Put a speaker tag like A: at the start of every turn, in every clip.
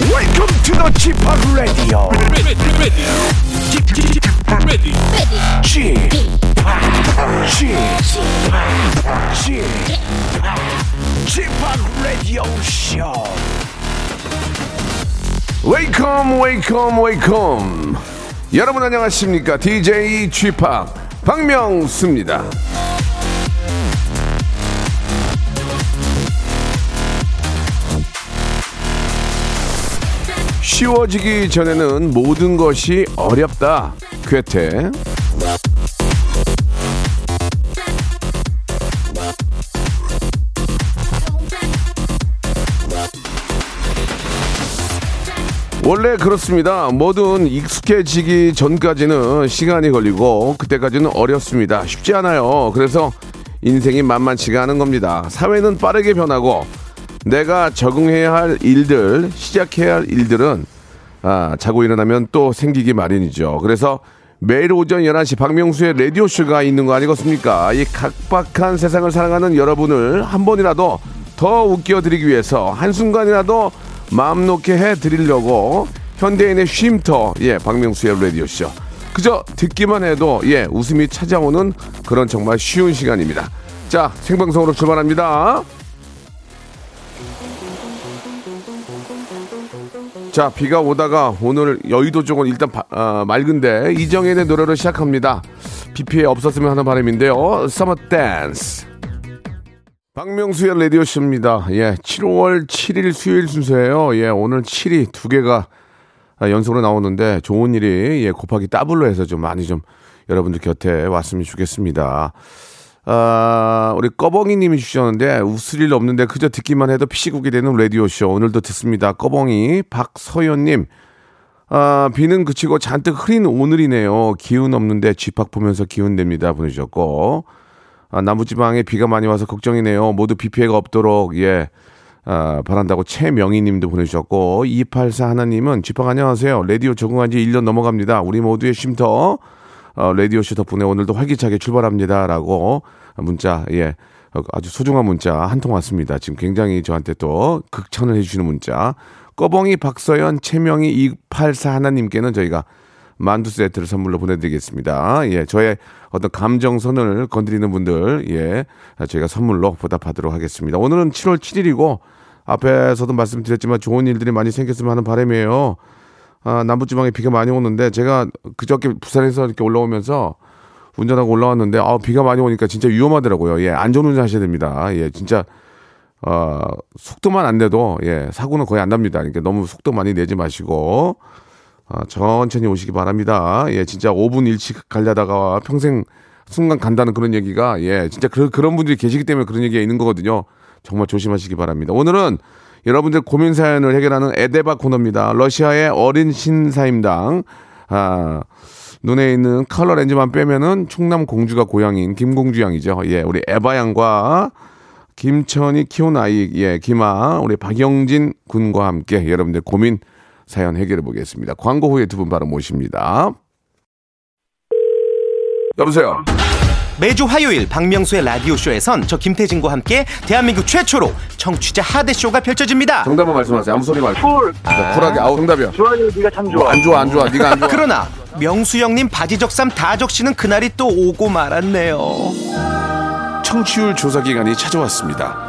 A: to the Chip Radio.
B: ready, ready, ready, ready.
A: Chip, Chip, Chip, Chip Radio Show.
C: 웨이컴 웨이컴 웨이컴 여러분 안녕하십니까 DJ 쥐팍 박명수입니다 쉬워지기 전에는 모든 것이 어렵다 괴테 원래 그렇습니다. 뭐든 익숙해지기 전까지는 시간이 걸리고 그때까지는 어렵습니다. 쉽지 않아요. 그래서 인생이 만만치가 않은 겁니다. 사회는 빠르게 변하고 내가 적응해야 할 일들, 시작해야 할 일들은 아, 자고 일어나면 또 생기기 마련이죠. 그래서 매일 오전 11시 박명수의 라디오쇼가 있는 거 아니겠습니까? 이 각박한 세상을 사랑하는 여러분을 한 번이라도 더 웃겨드리기 위해서 한순간이라도 마음 놓게 해드리려고 현대인의 쉼터, 예, 박명수의 라디오쇼. 그저 듣기만 해도, 예, 웃음이 찾아오는 그런 정말 쉬운 시간입니다. 자, 생방송으로 출발합니다. 자 비가 오다가 오늘 여의도 쪽은 일단 바- 아, 맑은데 이정현의 노래로 시작합니다. 비 피해 없었으면 하는 바람인데요. 서머 댄스. 박명수의 라디오 쇼입니다. 예, 7월 7일 수요일 순서예요. 예, 오늘 7이 두 개가 아, 연속으로 나오는데 좋은 일이 예, 곱하기 더블로 해서 좀 많이 좀 여러분들 곁에 왔으면 좋겠습니다. 아, 우리 꺼벙이 님이 주셨는데 웃을 일 없는데 그저 듣기만 해도 피시국이 되는 라디오쇼 오늘도 듣습니다. 꺼벙이 박서연 님. 아, 비는 그치고 잔뜩 흐린 오늘이네요. 기운 없는데 쥐팍 보면서 기운 냅니다. 보내주셨고. 아, 남부지방에 비가 많이 와서 걱정이네요. 모두 비 피해가 없도록, 예, 아, 바란다고 최명희 님도 보내주셨고, 284 하나님은, 지팡 안녕하세요. 라디오 적응한 지 1년 넘어갑니다. 우리 모두의 쉼터, 어, 라디오쇼 덕분에 오늘도 활기차게 출발합니다. 라고 문자, 예, 어, 아주 소중한 문자 한 통 왔습니다. 지금 굉장히 저한테 또 극찬을 해주시는 문자. 꺼벙이 박서연, 최명희 284 하나님께는 저희가 만두 세트를 선물로 보내드리겠습니다. 예, 저의 어떤 감정선을 건드리는 분들, 예, 저희가 선물로 보답하도록 하겠습니다. 오늘은 7월 7일이고, 앞에서도 말씀드렸지만 좋은 일들이 많이 생겼으면 하는 바람이에요. 아, 남부지방에 비가 많이 오는데, 제가 그저께 부산에서 이렇게 올라오면서 운전하고 올라왔는데, 아, 비가 많이 오니까 진짜 위험하더라고요. 예, 안전 운전 하셔야 됩니다. 예, 진짜 어, 속도만 안 내도 예, 사고는 거의 안 납니다. 그러니까 너무 속도 많이 내지 마시고 아, 천천히 오시기 바랍니다. 예, 진짜 5분 일찍 가려다가 평생 순간 간다는 그런 얘기가 예, 진짜 그, 그런 분들이 계시기 때문에 그런 얘기가 있는 거거든요. 정말 조심하시기 바랍니다. 오늘은 여러분들 고민 사연을 해결하는 에데바 코너입니다. 러시아의 어린 신사임당 아, 눈에 있는 컬러 렌즈만 빼면은 충남 공주가 고향인 김공주 양이죠. 예, 우리 에바 양과 김천이 키운 아이 예 김아 우리 박영진 군과 함께 여러분들 고민 사연 해결해 보겠습니다. 광고 후에 두 분 바로 모십니다. 여보세요.
D: 매주 화요일 박명수의 라디오쇼에선 저 김태진과 함께 대한민국 최초로 청취자 하대쇼가 펼쳐집니다.
C: 정답만 말씀하세요. 아무 소리 말고. 쿨. 쿨하게. 아우 정답이야. 좋아요. 네가 참 좋아. 안 좋아 안 좋아. 네가 안 좋아.
D: 그러나 명수 형님 바지 적삼 다 적시는 그날이 또 오고 말았네요.
C: 청취율 조사 기간이 찾아왔습니다.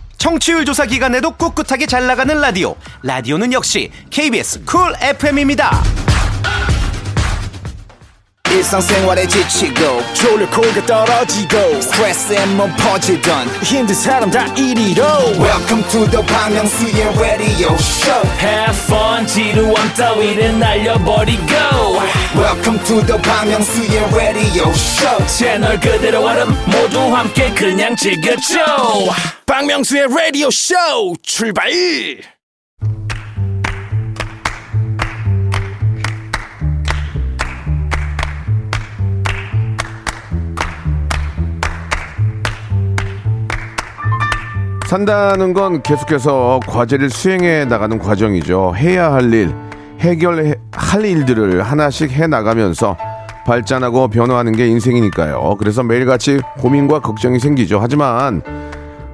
D: 청취율 조사 기간에도 꿋꿋하게 잘 나가는 라디오 라디오는 역시 KBS 쿨 FM입니다.
E: 일상생활에 지치고, 졸려 코가 떨어지고, 스트레스에 몸 퍼지던, 힘든 사람 다 이리로. welcome to the Bang Myung-soo's radio show
F: Have fun 지루함 따위를 날려버리고
E: welcome to the Bang Myung-soo's radio show
F: 채널 그대로 얼음 모두 함께 그냥 즐겨줘
G: 박명수의 라디오 쇼 출발!
C: 산다는 건 계속해서 과제를 수행해 나가는 과정이죠. 해야 할 일, 해결할 일들을 하나씩 해 나가면서 발전하고 변화하는 게 인생이니까요. 그래서 매일같이 고민과 걱정이 생기죠. 하지만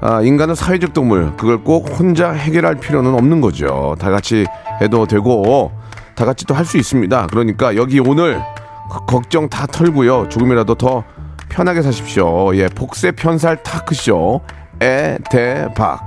C: 아, 인간은 사회적 동물. 그걸 꼭 혼자 해결할 필요는 없는 거죠. 다 같이 해도 되고 다 같이 또 할 수 있습니다. 그러니까 여기 오늘 거- 걱정 다 털고요. 조금이라도 더 편하게 사십시오. 예, 복세 편살 타크쇼 에 대박.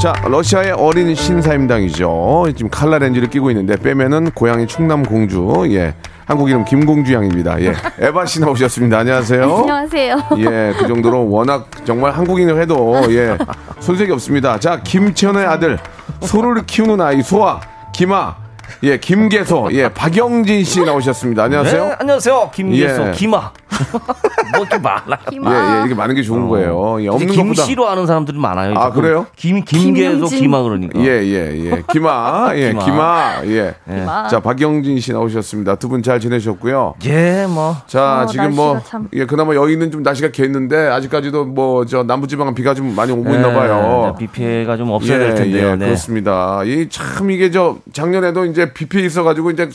C: 자, 러시아의 어린 신사임당이죠. 지금 칼라 렌즈를 끼고 있는데 빼면은 고향이 충남 공주. 예. 한국 이름 김공주 양입니다. 예. 에바 씨 나오셨습니다. 안녕하세요.
H: 안녕하세요.
C: 네. 예, 그 정도로 워낙 정말 한국인을 해도 예, 손색이 없습니다. 자, 김천의 아들 소를 키우는 아이 소아 김아 예, 김계소 예, 박영진 씨 나오셨습니다. 안녕하세요.
F: 네, 안녕하세요. 김예수
C: 예.
F: 김아. 뭐 이렇게 많아요.
H: 네.
C: 예, 예, 이게 많은 게 좋은 거예요. 예, 없는 것보다
F: 김씨로 아는 사람들이 많아요.
C: 아,
F: 자꾸
C: 그래요?
F: 김 김계수
H: 김용진.
F: 김아 그러니까.
C: 예, 예, 예. 김아, 예,
F: 김아.
C: 김아, 예. 자, 박영진 씨 나오셨습니다. 두 분 잘 지내셨고요.
F: 예, 뭐
C: 자,
H: 어,
C: 지금
H: 날씨가
C: 뭐,
H: 참.
C: 예, 그나마 여기는 좀 날씨가 개있는데, 아직까지도 뭐, 저, 남부지방은 비가 좀 많이 오고
I: 네,
C: 있나 봐요.
F: 예,
C: 예,
F: 비 피해가 좀 없어야 될 텐데요. 네.
C: 그렇습니다. 이 참 이게 저 작년에도 이제 비피 있어가지고 이제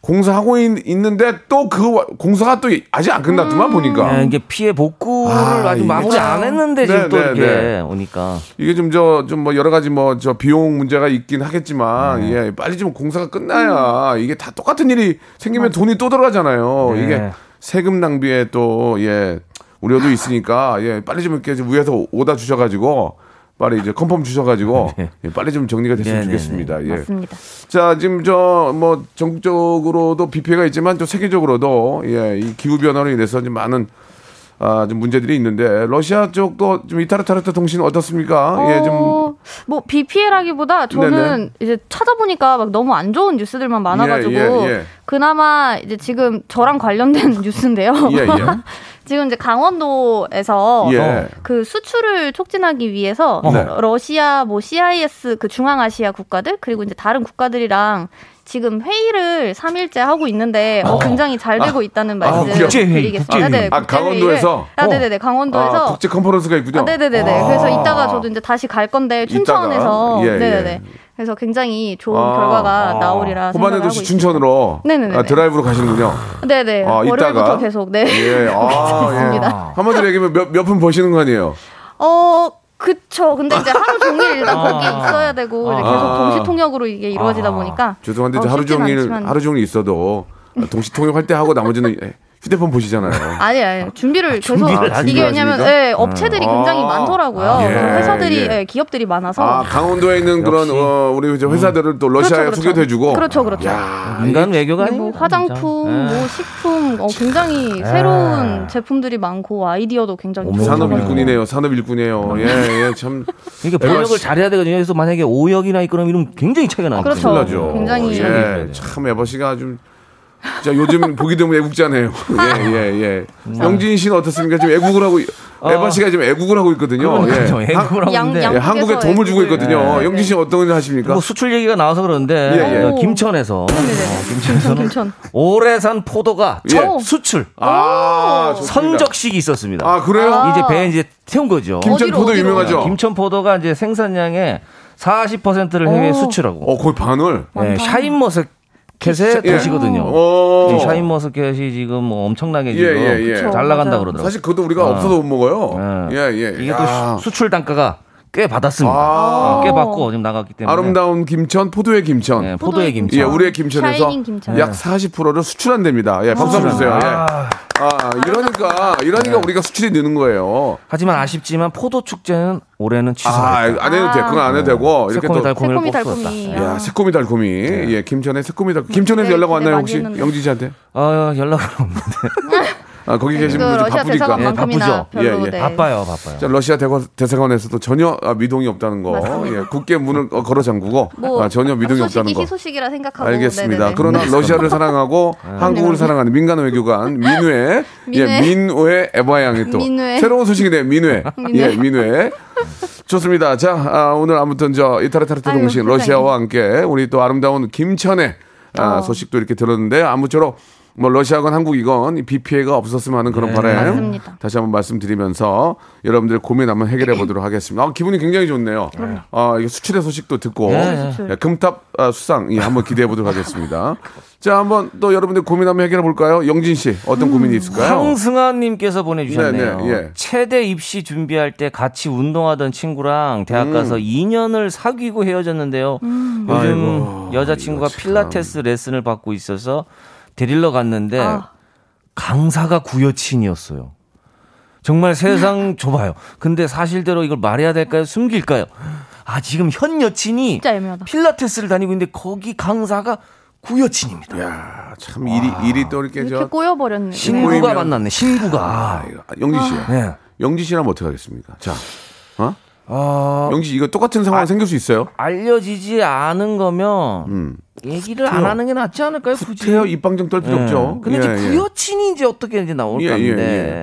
C: 공사하고 있, 는데 또 그 공사가 또 아직 안 끝났더만 보니까
F: 네, 이게 피해 복구를
C: 아,
F: 아, 직
C: 이게
F: 마무리
C: 참.
F: 안 했는데 지금
C: 네,
F: 또
C: 네,
F: 이렇게
C: 네.
F: 오니까
C: 이게 좀 저 좀 뭐 여러 가지 뭐 저 비용 문제가 있긴 하겠지만
F: 네.
C: 예 빨리 좀 공사가 끝나야 이게 다 똑같은 일이 생기면 돈이 또 들어가잖아요.
F: 네.
C: 이게 세금 낭비에 또 예 우려도 있으니까 예 빨리 좀 이렇게 좀 위에서 오다 주셔가지고. 빨리 이제 컨펌 주셔가지고 예, 빨리 좀 정리가 됐으면
F: 네, 네, 네.
C: 좋겠습니다. 예.
H: 맞습니다.
C: 자, 지금 저 뭐 전국적으로도 비 피해가 있지만 또 세계적으로도 예, 이 기후 변화로 인해서 좀 많은 아, 좀 문제들이 있는데 러시아 쪽도 좀 이타르타르타 통신 어떻습니까? 예, 좀
G: 어, 뭐 비피해라기보다 저는 이제 찾아보니까 막 너무 안 좋은 뉴스들만 많아가지고
C: 예, 예, 예.
G: 그나마 이제 지금 저랑 관련된 뉴스인데요.
C: 예, 예.
G: 지금 이제 강원도에서
C: 예.
G: 그 수출을 촉진하기 위해서
C: 네.
G: 러시아 뭐 CIS 그 중앙아시아 국가들 그리고 이제 다른 국가들이랑 지금 회의를 3일째 하고 있는데 어, 굉장히 잘 되고 있다는 말씀
C: 아. 국제회의,
G: 드리겠습니다. 네,
C: 아,
G: 국제회의를-
C: 강원도에서?
G: 아, 네네네 강원도에서
C: 아, 국제 컨퍼런스가 있군요.
G: 아, 네네네네. 그래서 이따가 저도 이제 다시 갈 건데 춘천에서
C: 이따가? 예,
G: 네네네.
C: 예.
G: 그래서 굉장히 좋은
C: 아,
G: 결과가
C: 호반의
G: 나오리라 생각을 하고
C: 도시
G: 있습니다.
C: 춘천으로
G: 네네네네.
C: 아, 드라이브로 가시는군요.
G: 네네.
C: 아, 이따가?
G: 월요일부터 계속 네.
C: 예, 아,
G: 있습니다.
C: 예. 한마디로 얘기하면 몇, 몇 분 버시는 거 아니에요?
G: 어 그쵸. 근데 이제 하루 종일 일단 거기에 있어야 되고 이제 계속
C: 아.
G: 동시 통역으로 이게 이루어지다 보니까
C: 죄송한데
G: 어,
C: 이제 하루
G: 쉽진
C: 종일,
G: 않지만.
C: 하루 종일 있어도 동시 통역할 때 하고 나머지는 예, 휴대폰 보시잖아요.
G: 아니 아니 준비를 계속
C: 아,
G: 이게
C: 준비를
G: 왜냐면
C: 하십니까?
G: 예, 업체들이 굉장히
C: 아.
G: 많더라고요.
C: 예,
G: 그래서 회사들이
C: 예.
G: 예, 기업들이 많아서
C: 아 강원도에 있는 그런 어, 우리 이제 회사들을 또 러시아에
G: 그렇죠, 그렇죠.
C: 소개도 해주고
G: 그렇죠 그렇죠.
C: 야,
F: 인간 외교가
G: 뭐
F: 아닙니다,
G: 화장품,
F: 진짜. 예.
G: 뭐 식품, 어, 굉장히 새로운 제품들이 많고 아이디어도 굉장히
F: 어머,
G: 좋은
C: 산업
G: 것
F: 어머.
G: 같아요.
C: 일꾼이네요. 산업 일꾼이에요. 예, 예, 참
F: 이게
C: 에바
F: 번역을
C: 씨.
F: 잘해야 되거든요. 그래서 만약에 오역이나 이런 이름 굉장히 차이가 나요.
G: 그렇죠.
C: 큰일 나죠.
G: 굉장히.
I: 음.
C: 예, 참 에버 씨가 좀 진짜 요즘 보기 드문 애국자네요. 예, 예, 예. 영진 씨는 어떻습니까? 지금 애국을 하고 에바 씨가 지금 애국을 하고 있거든요.
I: 그렇죠.
C: 예. 한-
G: 양- 양-
C: 예, 한국에 도움을 주고
G: 애국을.
C: 있거든요.
G: 네.
C: 영진 씨는 어떤 일 하십니까?
F: 뭐 수출 얘기가 나와서 그러는데
C: 그러니까 예, 예.
F: 어, 김천에서
C: 아,
G: 네네네. 김천, 김천.
F: 오래산 포도가
C: 예.
F: 첫 수출
C: 아, 좋습니다.
F: 선적식이 있었습니다.
C: 아, 그래요?
G: 아.
F: 이제 배에 이제 태운 거죠.
C: 김천
G: 어디로,
C: 포도
G: 어디로?
C: 유명하죠.
F: 김천 포도가 이제 생산량의 40%를 해외 수출하고
C: 어, 거의 반을.
F: 예, 샤인머스켓의
C: 예.
F: 도시거든요.
C: 어.
F: 이 샤인머스켓이 지금 뭐 엄청나게
C: 예,
F: 지금
C: 예, 예. 그쵸,
F: 잘 나간다
G: 맞아요.
F: 그러더라고요.
C: 사실 그것도 우리가 없어서 못 먹어요.
F: 예.
C: 예, 예.
F: 어. 이게 또
C: 야.
F: 수- 수출 단가가 꽤 받았습니다.
C: 아.
F: 어, 꽤 받고 지금 나갔기 때문에
C: 아름다운 김천, 포도의 김천.
F: 예, 포도의 네. 김치.
C: 예, 우리의 김천에서
G: 샤이닝 김천.
C: 약 40%를 수출한답니다. 예, 박수 한번 주세요. 예. 아, 이러니까,
F: 네.
C: 이러니까 우리가 수출이 느는 거예요.
F: 하지만 아쉽지만 포도 축제는 올해는
C: 아,
F: 취소했다. 네.
C: 안 해도 돼. 그건 안 해도 되고. 이렇게
F: 새콤이 네.
C: 또.
F: 달콤을
G: 새콤이
F: 뽑었다
G: 달콤이. 아,
C: 야, 새콤이 달콤이. 예, 김천에 새콤이 달콤. 김천에서
G: 네,
C: 연락 왔나요,
G: 네,
C: 혹시?
G: 많이 했는데.
C: 영진 씨한테?
F: 어, 연락은 없는데
C: 아, 거기 계신
G: 그
C: 분들
G: 러시아
C: 바쁘니까.
F: 대사관-
G: 대사관만큼이나
F: 바쁘죠.
G: 별로.
C: 예, 예.
G: 네.
F: 바빠요, 바빠요.
C: 자, 러시아 대관- 대사관에서도 전혀 아, 미동이 없다는 거.
G: 맞습니다.
C: 예, 굳게 문을 어, 걸어 잠그고
G: 뭐
C: 아, 전혀 미동이 없다는
G: 소식이
C: 거.
G: 희소식이라 생각하고.
C: 알겠습니다.
G: 네네네.
C: 그러나 러시아를 사랑하고 한국을 사랑하는 민간 외교관 민회 예
G: 민회.
C: 민회 에바 양이 또
G: 민회.
C: 새로운 소식이네요. 민회 예 민회 좋습니다. 자 아, 오늘 아무튼 저 이타르타르타
G: 아유,
C: 동신
G: 세상에.
C: 러시아와 함께 우리 또 아름다운 김천의 아, 소식도 이렇게 들었는데 아무쪼록 뭐 러시아건 한국이건 비 피해가 없었으면 하는 그런 바람
G: 맞습니다.
C: 다시 한번 말씀드리면서 여러분들의 고민 한번 해결해 보도록 하겠습니다. 아, 기분이 굉장히 좋네요. 아, 이거 수출의 소식도 듣고 예, 금탑 아, 수상 예, 한번 기대해 보도록 하겠습니다. 자, 한번 또 여러분들 고민 한번 해결해 볼까요? 영진 씨 어떤 고민이 있을까요?
I: 황승아님께서 보내주셨네요.
C: 네, 네, 예.
I: 체대 입시 준비할 때 같이 운동하던 친구랑 대학 가서 2년을 사귀고 헤어졌는데요.
G: 음.
I: 요즘 여자친구가 필라테스 레슨을 받고 있어서 데리러 갔는데
G: 아.
I: 강사가 구여친이었어요. 정말 세상 좁아요. 근데 사실대로 이걸 말해야 될까요? 숨길까요? 아 지금 현 여친이
G: 진짜 애매하다.
I: 필라테스를 다니고 있는데 거기 강사가 구여친입니다.
C: 야, 참 일이 일이 또 이렇게
G: 이렇게
C: 저 아,
G: 꼬여버렸네.
I: 신구가 만났네. 신구가.
C: 영진 씨.
I: 네.
C: 영진 씨라면 뭐 어떻게 하겠습니까? 자. 어?
I: 어,
C: 영진 씨 이거 똑같은 상황 생길 수 있어요?
I: 알려지지 않은 거면
C: 음.
I: 얘기를 안 하는 게 낫지 않을까요? 굳이.
C: 태어 입방정 떨 필요
I: 예.
C: 없죠.
I: 근데
C: 예,
I: 이제
C: 예.
I: 구여친이 이제 어떻게 이제 나올
C: 예, 예,
I: 건데.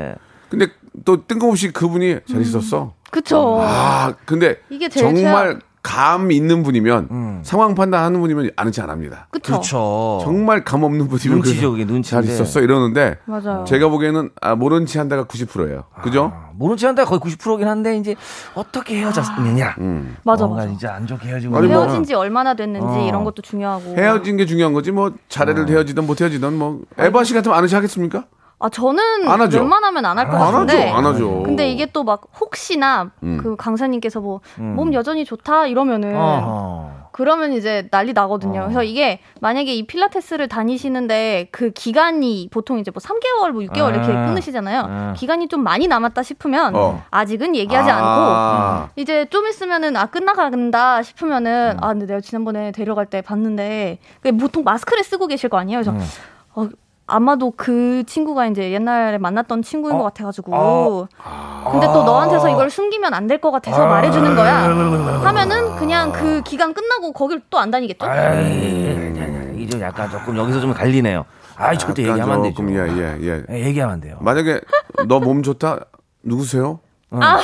C: 예. 근데 또 뜬금없이 그분이 잘 있었어.
G: 그쵸.
C: 아, 근데
G: 음. 이게 제일
C: 정말 감 있는 분이면
I: 음.
C: 상황 판단하는 분이면 안지 안 합니다.
G: 그쵸.
I: 그렇죠.
C: 정말 감 없는 분이면 그래서
I: 눈치죠, 그게 눈치인데.
C: 잘 있었어 이러는데
G: 맞아요.
C: 제가 보기에는 아, 모른 체 한다가 90%예요.
I: 아.
C: 그죠?
I: 모른 체한다 거의 90%긴 한데 이제 어떻게 헤어졌느냐.
G: 맞아,
I: 뭔가
G: 맞아.
I: 이제 안 좋게 헤어지고
C: 음. 아니, 뭐-
G: 헤어진 지 얼마나 됐는지
I: 어.
G: 이런 것도 중요하고.
C: 헤어진 게 중요한 거지 뭐 자례를 헤어지든 못 헤어지든 뭐 에바 씨 같으면 안으시 하겠습니까?
G: 아, 저는
C: 안 하죠.
G: 웬만하면 안 할
I: 아.
G: 것
C: 안 하죠,
G: 같은데.
C: 안 하죠.
G: 네. 근데 이게 또 막 혹시나 그 강사님께서 뭐 몸 여전히 좋다 이러면은
I: 어허.
G: 그러면 이제 난리 나거든요. 그래서 이게 만약에 이 필라테스를 다니시는데 그 기간이 보통 이제 뭐 3개월 뭐 6개월 이렇게
I: 아.
G: 끊으시잖아요.
I: 아.
G: 기간이 좀 많이 남았다 싶으면
C: 어.
G: 아직은 얘기하지
C: 아.
G: 않고 이제 좀 있으면은 아 끝나간다 싶으면은
C: 음.
G: 아 근데 내가 지난번에 데려갈 때 봤는데 그게 보통 마스크를 쓰고 계실 거 아니에요.
C: 음.
G: 그래서 어, 아마도 그 친구가 이제 옛날에 만났던 친구인 것 같아가지고
I: 어.
G: 근데
C: 아.
G: 또 너한테서 이걸 숨기면 안 될 것 같아서 말해주는 거야. 하면은 그냥 그 기간 끝나고 거길 또 안 다니겠죠?
I: 예,
C: 아,
I: 에이, 이좀 약간 조금 여기서 좀 갈리네요. 아, 절대
C: 약간
I: 얘기하면 안 되죠.
C: 조금 예, 예, 예.
I: 예, 얘기하면 안 돼요.
C: 만약에 너 몸 좋다 누구세요?
I: 어.
G: 아,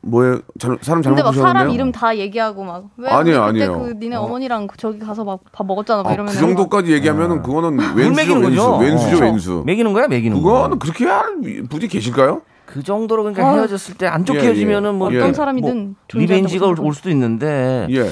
C: 뭐예요? 잘- 사람 잘못
G: 근데 막
C: 보셨는데요?
G: 사람 이름 다 얘기하고 막 왜?
C: 아니에요,
G: 그때
C: 아니에요.
G: 그 니네 어머니랑 그 저기 가서 막 밥 먹었잖아. 막
C: 아,
G: 이러면
C: 그 정도까지 얘기하면 은 그거는 왼수죠 왼수
I: 먹이는 어. 아, 거죠?
C: 왼수죠
I: 어.
C: 왼수
I: 매기는 거야, 매기는 거야.
C: 그거는 그렇게 할 분이 계실까요?
I: 그 정도로 그러니까 헤어졌을 때 안 좋게
C: 예, 예.
I: 헤어지면은 뭐
C: 어떤
I: 또
G: 아. 사람이든
I: 리벤지가 올,
G: 존재한다고
I: 올 수도 있는데
C: 예.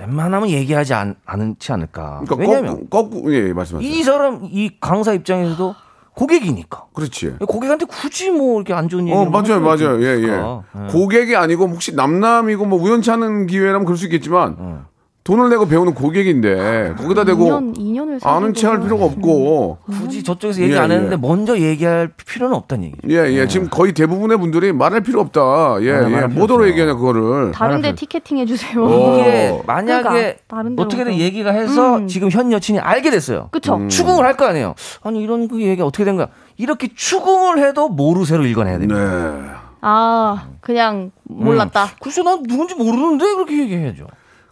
I: 웬만하면 얘기하지 않, 않지 않을까.
C: 그러니까
I: 왜냐면
C: 거꾸, 거꾸 예, 예, 말씀하세요.
I: 이 사람 이 강사 입장에서도 고객이니까
C: 그렇지.
I: 고객한테 굳이 뭐 이렇게 안 좋은 어, 얘기
C: 어 맞아요 맞아요 예 예.
I: 그러니까
C: 고객이 아니고 혹시 남남이고 뭐 우연치 않은 기회라면 그럴 수 있겠지만
I: 어.
C: 돈을 내고 배우는 고객인데 거기다 대고
G: 2년 2년을
C: 아는 체할 필요가 없고
G: 음.
I: 굳이 저쪽에서 얘기
C: 예,
I: 안 했는데
C: 예.
I: 먼저 얘기할 필요는 없다는 얘기죠.
C: 예 예 지금 거의 대부분의 분들이 말할 필요 없다
I: 네,
C: 예예
I: 말할 필요
C: 뭐더러
I: 없죠.
C: 얘기하냐 그거를
G: 다른데 티켓팅 해주세요.
C: 아, 네. 어.
I: 이게 만약에
G: 그러니까, 다른 데로
I: 어떻게든
G: 가서. 음.
I: 얘기가 해서 지금 현 여친이 알게 됐어요.
G: 그쵸?
C: 음.
I: 추궁을 할 거 아니에요. 아니 이런 그 얘기 어떻게 된 거야? 이렇게 추궁을 해도 모르쇠로 읽어내야 됩니다.
C: 네.
G: 아 그냥
C: 음.
G: 몰랐다.
I: 글쎄 난 누군지 모르는데 그렇게 얘기해야죠.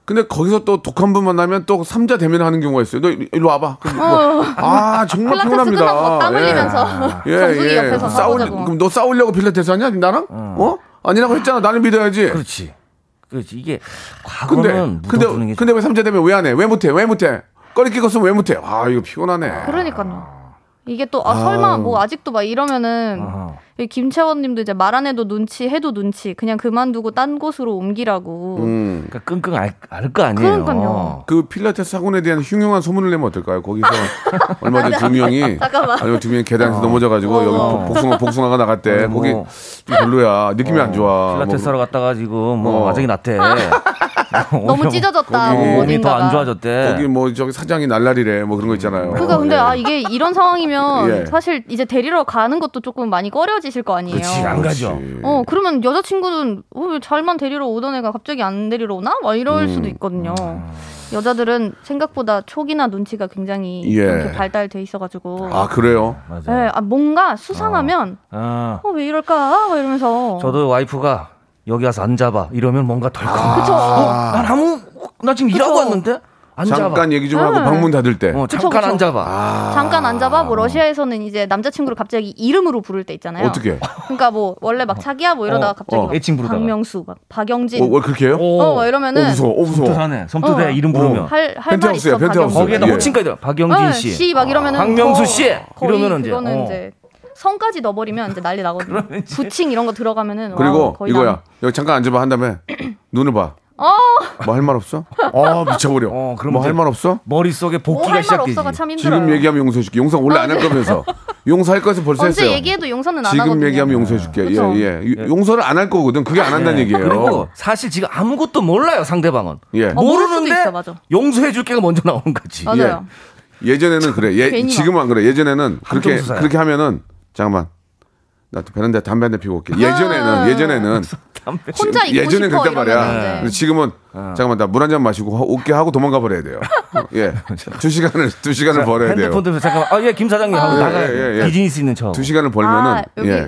C: 근데 거기서 또 독한 분 만나면 또 삼자 대면을 하는 경우가 있어요. 너 일- 일로 와봐. 그럼 뭐, 아 정말
G: 어. 필라테스
C: 피곤합니다.
G: 끝나고 막땀
C: 예.
G: 흘리면서 정수기 옆에서
C: 싸울-
G: 싸우자고.
C: 그럼 너 싸우려고 필라테스 하냐 나랑? 어? 아니라고 했잖아. 나를 믿어야지.
I: 그렇지. 그렇지. 이게
C: 근데
I: 과거는 묻어두는
C: 근데
I: 게
C: 근데 왜 삼자 대면 왜 안 해? 왜 못해? 왜 못해? 꺼리 끼고 으면왜 못해? 아 이거 피곤하네.
G: 그러니까요. 이게 또 아, 설마 뭐 아직도 막 이러면은
I: 아.
G: 이 김채원님도 이제 말 안 해도 눈치 해도 눈치 그냥 그만두고 딴 곳으로 옮기라고
C: 음.
I: 그러니까 끙끙 앓거 아니에요.
G: 그러니까요.
C: 그 필라테스 학원에 대한 흉흉한 소문을 내면 어떨까요? 거기서 얼마 전에 두 명이
G: 아, 잠깐만.
C: 아니 두 명이 계단에서 넘어져가지고 여기 복- 복숭아 복숭아가 나갔대.
I: 어머. 어.
C: 거기 좀 별로야. 느낌이 안 좋아.
I: 필라테스
C: 뭐-
I: 하러 갔다가 지금
C: 어.
I: 뭐 와장이 났대.
G: 아. 너무 찢어졌다
C: 거기
G: 뭐
I: 몸이 더 안
G: 어딘가가.
I: 좋아졌대.
C: 거기 뭐 저기 사장이 날라리래 뭐 그런 거 있잖아요. 어,
G: 그러니까 근데 아 이게 이런 상황이면
C: 예.
G: 사실 이제 데리러 가는 것도 조금 많이 꺼려지실 거 아니에요.
I: 그렇지 안 가죠.
C: 예.
G: 어 그러면 여자친구는 어, 왜 잘만 데리러 오던 애가 갑자기 안 데리러 오나? 막 이럴
C: 음.
G: 수도 있거든요.
C: 아.
G: 여자들은 생각보다 촉이나 눈치가 굉장히
C: 예.
G: 이렇게 발달돼 있어가지고
C: 아 그래요?
I: 맞아요.
G: 네, 아, 뭔가 수상하면
I: 아,
G: 어, 왜 이럴까? 막 이러면서
I: 저도 와이프가 여기 와서 앉아봐 이러면 뭔가 덜컥.
G: 그쵸.
I: 난 아무 나 지금 일하고 왔는데 안 잡아.
C: 잠깐 얘기 좀 하고
G: 네.
C: 방문 닫을 때.
I: 어, 잠깐
G: 그쵸.
I: 안 잡아.
G: 잠깐 앉아봐. 뭐 러시아에서는 이제 남자친구를 갑자기 이름으로 부를 때 있잖아요.
C: 어떻게?
G: 그러니까 뭐 원래 막 자기야 뭐 이러다가 갑자기
C: 어.
G: 막
I: 애칭 부르다가.
G: 박명수, 막 박영진,
C: 어, 왜 그렇게 해요?
I: 오.
G: 어, 뭐 이러면은
C: 어, 무서워, 어, 무서워.
I: 섬뜩하네. 섬뜩해.
G: 어.
I: 이름 부르면.
G: 할 할 말
C: 펜트하우스예요,
G: 있어
C: 펜트하우스.
G: 박영진.
I: 거기에다
C: 예.
I: 호칭까지 들어. 박영진
G: 어,
I: 씨.
G: 씨, 막 이러면은
I: 박명수
G: 거-
I: 씨!
G: 거의
I: 이러면은 이제,
G: 그거는
I: 어.
G: 이제 성까지 넣어버리면 이제 난리 나거든요. 부칭 이런 거 들어가면은 와,
C: 그리고
G: 거의
C: 이거야.
G: 남-
C: 여기 잠깐 앉아봐 한 다음에 눈을 봐.
G: 어,
C: 뭐 할 말 없어? 아 미쳐버려.
I: 어, 그럼
C: 뭐 할
I: 이제-
C: 말 없어?
I: 머릿속에 복귀가
G: 뭐할말
I: 시작되지.
G: 없어가 참 힘들어요. 아, 네.
C: 지금 얘기하면 용서해줄게. 용서 원래 안 할 거면서. 용서할 것은 벌써
G: 언제
C: 했어요.
G: 얘기해도 용서는 안
C: 지금
G: 하거든요. 그렇죠.
C: 얘기하면 용서해줄게.
G: 그쵸?
C: 예, 예. 유- 용서를 안 할 거거든. 그게 안 한다는 얘기예요.
I: 네. 그리고 사실 지금 아무것도 몰라요 상대방은.
C: 예. 어,
G: 모를 수도
I: 모르는데
G: 있어, 맞아.
I: 용서해 줄게가 먼저 나오는
C: 예,
I: 거지.
G: 맞아요.
C: 예전에는 그래. 예,
G: 괜히 막.
C: 지금은 안 그래. 예전에는 그렇게
I: 수사야.
C: 그렇게 하면은 잠깐만. 나 베란다 담배 한 대 피고 올게. 예전에는 예전에는
G: 혼자 아. 있고
C: 예전엔
G: 싶어
C: 그랬단 말이야.
G: 이러면
C: 근데
G: 이제.
C: 지금은
I: 아.
C: 잠깐만 나 물 한 잔 마시고 하- 올게 하고 도망가 버려야 돼요. 예, 두 시간을 두 시간을 벌어야 네. 돼요.
I: 핸드폰 들면서 잠깐만 아예 김 사장님 하고
C: 예,
I: 나가
C: 예, 예, 예.
I: 비즈니스 있는 척.
C: 두 시간을 벌면은
G: 아, 여기
C: 예.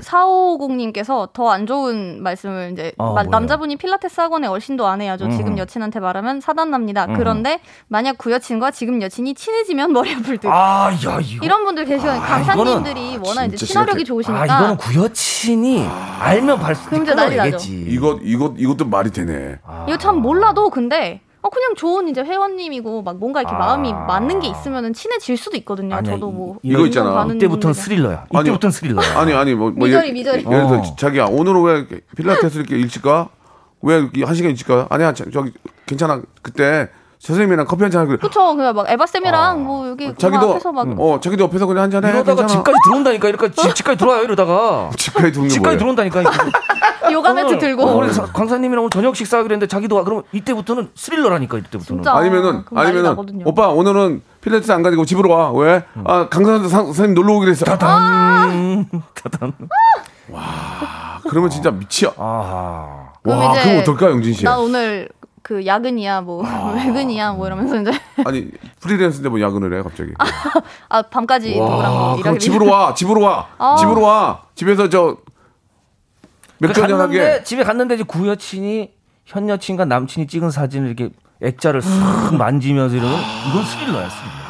G: 4550님께서 더 안 좋은 말씀을 이제
I: 어,
G: 마-
I: 뭐예요? 음.
G: 남자분이 필라테스 학원에 얼씬도 안 해야죠. 지금 여친한테 말하면 사단납니다. 그런데 만약 구여친과 지금 여친이 친해지면 머리 아플 듯.
I: 아, 야 이거.
G: 이런 분들 계시거든요. 강사님들이 워낙 이제
C: 진짜
G: 친화력이
C: 심각해.
I: 아
G: 좋으시니까.
I: 이거는 구여친이 알면 발수
G: 그럼 이제 난리
I: 끌어내겠지.
C: 아. 이거 이거 이것도 말이 되네.
G: 이거 참 몰라도 근데 어 그냥 좋은 이제 회원님이고 막 뭔가 이렇게 마음이 맞는 게 있으면은 친해질 수도 있거든요.
I: 아니야,
G: 저도
I: 이-
G: 뭐
C: 아. 이거
G: 인연
C: 있잖아.
G: 가는
I: 이때부터는
G: 분들이랑.
I: 스릴러야.
C: 아니요.
I: 이때부터는 스릴러야.
C: 아니 아니 뭐, 뭐
G: 미저리,
C: 예-
G: 미저리.
C: 예를 들어
I: 어.
C: 자기야 오늘은 왜 이렇게 필라테스 이렇게 일찍 가? 왜 한 시간 일찍 가? 아니야 저- 저기 괜찮아 그때 선생님이랑 커피 한잔 하고
G: 그쵸. 그냥 막 에바 쌤이랑 뭐 여기 자기도
C: 아. 자기도
G: 앞에서 막
C: 어 자기도 옆에서 그냥 한잔 해
I: 이러다가
C: 괜찮아.
I: 집까지 들어온다니까. 이러니까 집 집까지 들어와요 이러다가.
C: 집까지 도는 게
I: 집까지
C: 뭐예요?
I: 들어온다니까.
G: 요가 매트 들고
I: 어, 우리 사- 강사님이랑 오늘 저녁 식사하기로 했는데 자기도 와. 그러면 이때부터는 스릴러라니까 이때부터는.
G: 진짜.
C: 아니면은
G: 그럼 난리
C: 아니면은
G: 나거든요.
C: 오빠 오늘은 필라테스 안 가지고 집으로 와 왜? 아 강사한테 선생님 놀러 오기로 했어. 와 그러면 진짜 미치야.
I: 아하.
G: 그럼
C: 와
G: 이제
C: 그럼 어떨까 영진 씨?
G: 나 오늘 그 야근이야 뭐
C: 아.
G: 외근이야 뭐 이러면서 이제
C: 아니 프리랜서인데 뭐 야근을 해 갑자기.
G: 아 밤까지 누구랑
C: 와
G: 뭐
C: 그럼
G: 일하기
C: 집으로 와 집으로 와
G: 아.
C: 집으로 와 집에서 저
G: 그
C: 맥주 한잔 하게.
I: 그 갔는데 집에 갔는데 이제 구 여친이 현 여친과 남친이 찍은 사진을 이렇게 액자를 쓱 만지면서 이러면 이건 스릴러야 스릴러.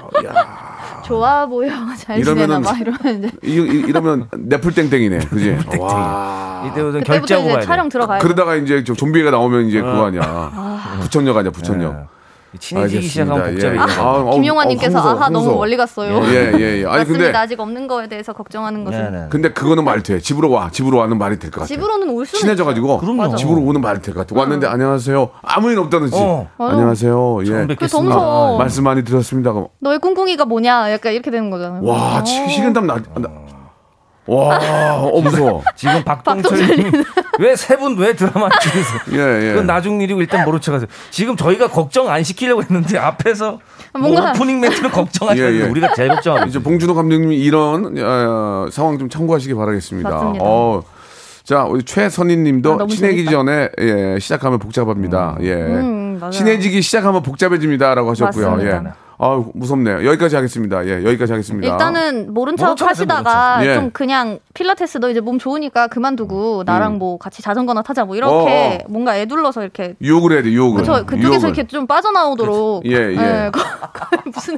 G: 좋아 보여 잘 지내나
C: 이러면은
G: 봐 이러면 이제
C: 이, 이, 러면 넷플땡땡이네 그지? 와
I: 이때부터
G: 그때부터
I: 결제하고
G: 이제
I: 가야
G: 촬영 들어가야 돼.
C: 그러다가 이제 저 좀비가 나오면 이제 그거 아니야 부천역 아니야 부천역.
I: 돼. 친해지기 네. 시작하면
C: 예,
I: 복잡해.
G: 아,
C: 아, 어,
G: 김용환님께서 아하 너무 멀리 갔어요.
C: 예예예. 아니
G: 맞습니다.
C: 근데 네,
G: 아직 없는 거에 대해서
I: 아,
G: 걱정하는
I: 네,
G: 것은
C: 근데 그거는 말이 돼. 집으로 와 집으로 와는 말이 될 것 같아.
G: 집으로는 어. 올 수는
C: 친해져가지고
I: 그럼요.
C: 집으로 오는 말이 될 것 같아. 왔는데 안녕하세요. 아무 일 없다든지.
I: 어.
C: 안녕하세요. 예.
I: 뵙겠습니다.
G: 그게 더 무서워.
C: 아, 말씀 많이 들었습니다. 그럼
G: 너의 꿍꿍이가 뭐냐 약간 이렇게 되는 거잖아요.
C: 와
G: 어.
C: 치- 식은땀 나. 나 와, 어, 무서워.
I: 지금 박동철님 왜 세 분 왜 드라마 찍으세요?
C: 예, 예.
I: 그건 나중 일이고 일단 모른 척하세요. 지금 저희가 걱정 안 시키려고 했는데 앞에서
G: 뭔가-
I: 오프닝 멘트는 걱정하시는데
C: 예, 예.
I: 우리가 제일 걱정하고
C: 이제 봉준호 감독님이 이런 어, 상황 좀 참고하시기 바라겠습니다.
G: 맞습니다.
C: 어, 자, 우리 최선희님도
G: 아, 너무
C: 친해지기
G: 재밌다.
C: 전에 예, 시작하면 복잡합니다. 예,
G: 음, 맞아요.
C: 친해지기 시작하면 복잡해집니다라고 하셨고요.
G: 맞습니다.
C: 예. 아, 무섭네요. 여기까지 하겠습니다. 예, 여기까지 하겠습니다.
G: 일단은 모른 척
I: 모른 척 하세요,
G: 하시다가
C: 모른 척. 예. 음.
G: 좀 그냥 필라테스 너 이제 몸 좋으니까 그만두고 나랑 뭐 같이 자전거나 타자 뭐 이렇게
C: 어,
G: 뭔가 애둘러서 이렇게
C: 유혹을 해야 돼. 유혹을.
G: 그저 그쪽에서
C: 유혹을.
G: 이렇게 좀 빠져나오도록
C: 그렇지. 예, 예.
G: 거- 거- 무슨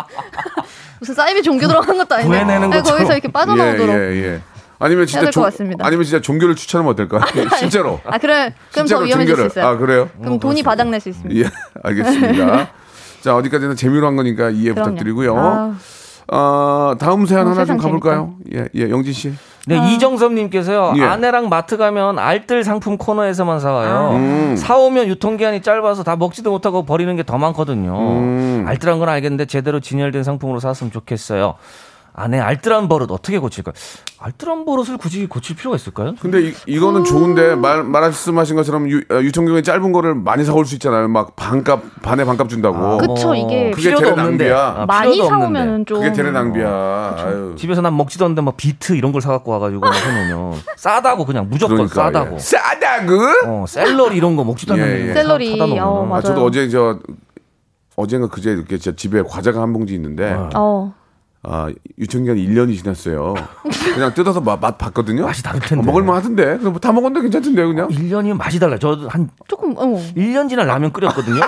G: 무슨 사이비 종교 들어간 것도 아닌데
I: 구해내는
G: 네,
I: 것처럼.
G: 거기서 이렇게 빠져나오도록
C: 예, 예, 예. 아니면 진짜
G: 해야 될것
C: 종-
G: 같습니다.
C: 아니면 진짜 종교를 추천하면 어떨까? 진짜로.
G: 아 그래 그럼 더
C: 진짜로
G: 위험해질
C: 종교를.
G: 수 있어요
C: 아, 그래요?
G: 그럼 돈이 바닥날 수 있습니다
C: 예, 알겠습니다. 자, 어디까지나 재미로 한 거니까 이해
G: 그럼요.
C: 부탁드리고요.
G: 아.
C: 아, 다음 사연
G: 어,
C: 하나 좀
G: 세상
C: 가볼까요? 예, 예, 영진 씨.
I: 네,
G: 아.
I: 이정섭님께서요.
C: 예.
I: 아내랑 마트 가면 알뜰 상품 코너에서만 사와요.
C: 아. 음.
I: 사오면 유통기한이 짧아서 다 먹지도 못하고 버리는 게 더 많거든요.
C: 음.
I: 알뜰한 건 알겠는데 제대로 진열된 상품으로 샀으면 좋겠어요. 아내 알뜰한 버릇 어떻게 고칠까요? 알뜰한 버릇을 굳이 고칠 필요가 있을까요?
C: 근데 이, 이거는 좋은데
G: 음.
C: 말 말씀하신 것처럼 유, 어, 유통기한이 짧은 거를 많이 사올 수 있잖아요. 막 반값 반에 반값 준다고.
G: 아, 그쵸 이게
C: 그게
I: 필요도
C: 제일
I: 없는데.
C: 낭비야.
I: 어, 아,
G: 많이
I: 필요도 없는데.
G: 사오면은 좀
C: 그게 대례 낭비야. 아유.
I: 집에서 난 먹지도 않는데 막 비트 이런 걸 사갖고 와가지고 막 해놓으면 싸다고 그냥 무조건
C: 그러니까,
I: 싸다고.
C: 예. 싸다고?
I: 어, 샐러리 이런 거 먹지도
C: 예,
I: 않는데
C: 예.
G: 샐러리, 어,
C: 아,
G: 맞아요.
C: 저도 어제 저 어젠가 그제 이렇게 진짜 집에 과자가 한 봉지 있는데
G: 어
C: 아, 유통기한 1년이 지났어요. 그냥 뜯어서 맛, 맛 봤거든요.
I: 맛이 다를 텐데. 어,
C: 어, 먹을만 하던데. 그럼 뭐다 먹었는데 괜찮던데 그냥.
I: 1년이면 맛이 달라요. 저도 한
G: 조금 어
I: 1년 지난 라면 끓였거든요.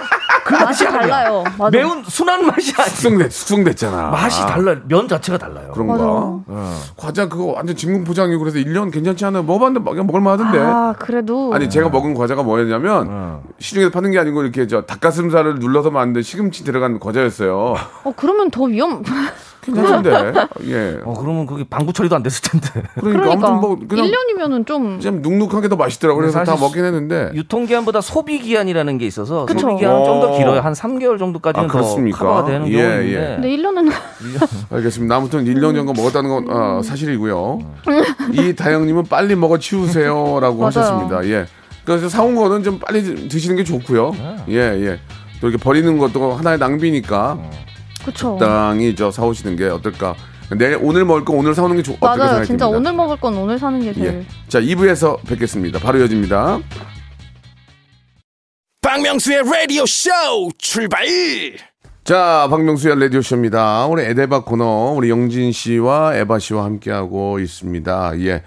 I: 그
G: 맛이 달라요. 맞아.
F: 매운 순한 맛이 아니
C: 숙성돼 숙성됐잖아.
F: 맛이 달라요. 면 자체가 달라요.
I: 어.
C: 그런가? 어. 과자 그거 완전 진공 포장이고 그래서 1년 괜찮지 않아 먹어봤는데 그냥 먹을만 하던데.
G: 아 그래도
C: 아니 제가 먹은 과자가 뭐였냐면
I: 어.
C: 시중에서 파는 게 아니고 이렇게 저 닭가슴살을 눌러서 만든 시금치 들어간 과자였어요.
G: 어 그러면 더 위험.
C: 괜찮은데 예.
F: 어, 그러면 그게 방구 처리도 안 됐을 텐데.
C: 그러니까,
G: 그러니까
C: 아무튼 뭐 그냥
G: 1년이면은 좀
C: 좀 눅눅하게 더 맛있더라고 그래서 다
I: 사실
C: 먹긴 했는데
I: 유통기한보다 소비기한이라는 게 있어서
G: 그쵸.
I: 소비기한은 좀 더
C: 어.
I: 길어요. 한 3개월 정도까지는
C: 아,
I: 더
C: 그렇습니까?
I: 커버가 되는
C: 예,
I: 경우가
C: 예.
I: 있는데
G: 근데 1년은
C: 알겠습니다. 아무튼 1년 연거 먹었다는 건 어, 사실이고요. 이 다영님은 빨리 먹어 치우세요라고
G: 맞아요.
C: 하셨습니다. 예. 그래서 사온 거는 좀 빨리 드시는 게 좋고요. 예, 예. 또 이렇게 버리는 것도 하나의 낭비니까
G: 그쵸.
C: 적당히 저 사오시는 게 어떨까. 내 오늘 먹을 거 오늘 사오는 게 좋, 어떨까
G: 맞아요.
C: 생각됩니다.
G: 진짜 오늘 먹을 건 오늘 사는 게 제일.
C: 예. 자, 2부에서 뵙겠습니다. 바로 이어집니다.
A: 박명수의 라디오 쇼 출발!
C: 자, 박명수의 라디오쇼입니다. 우리 에데바 코너, 우리 영진 씨와 에바 씨와 함께하고 있습니다. 예.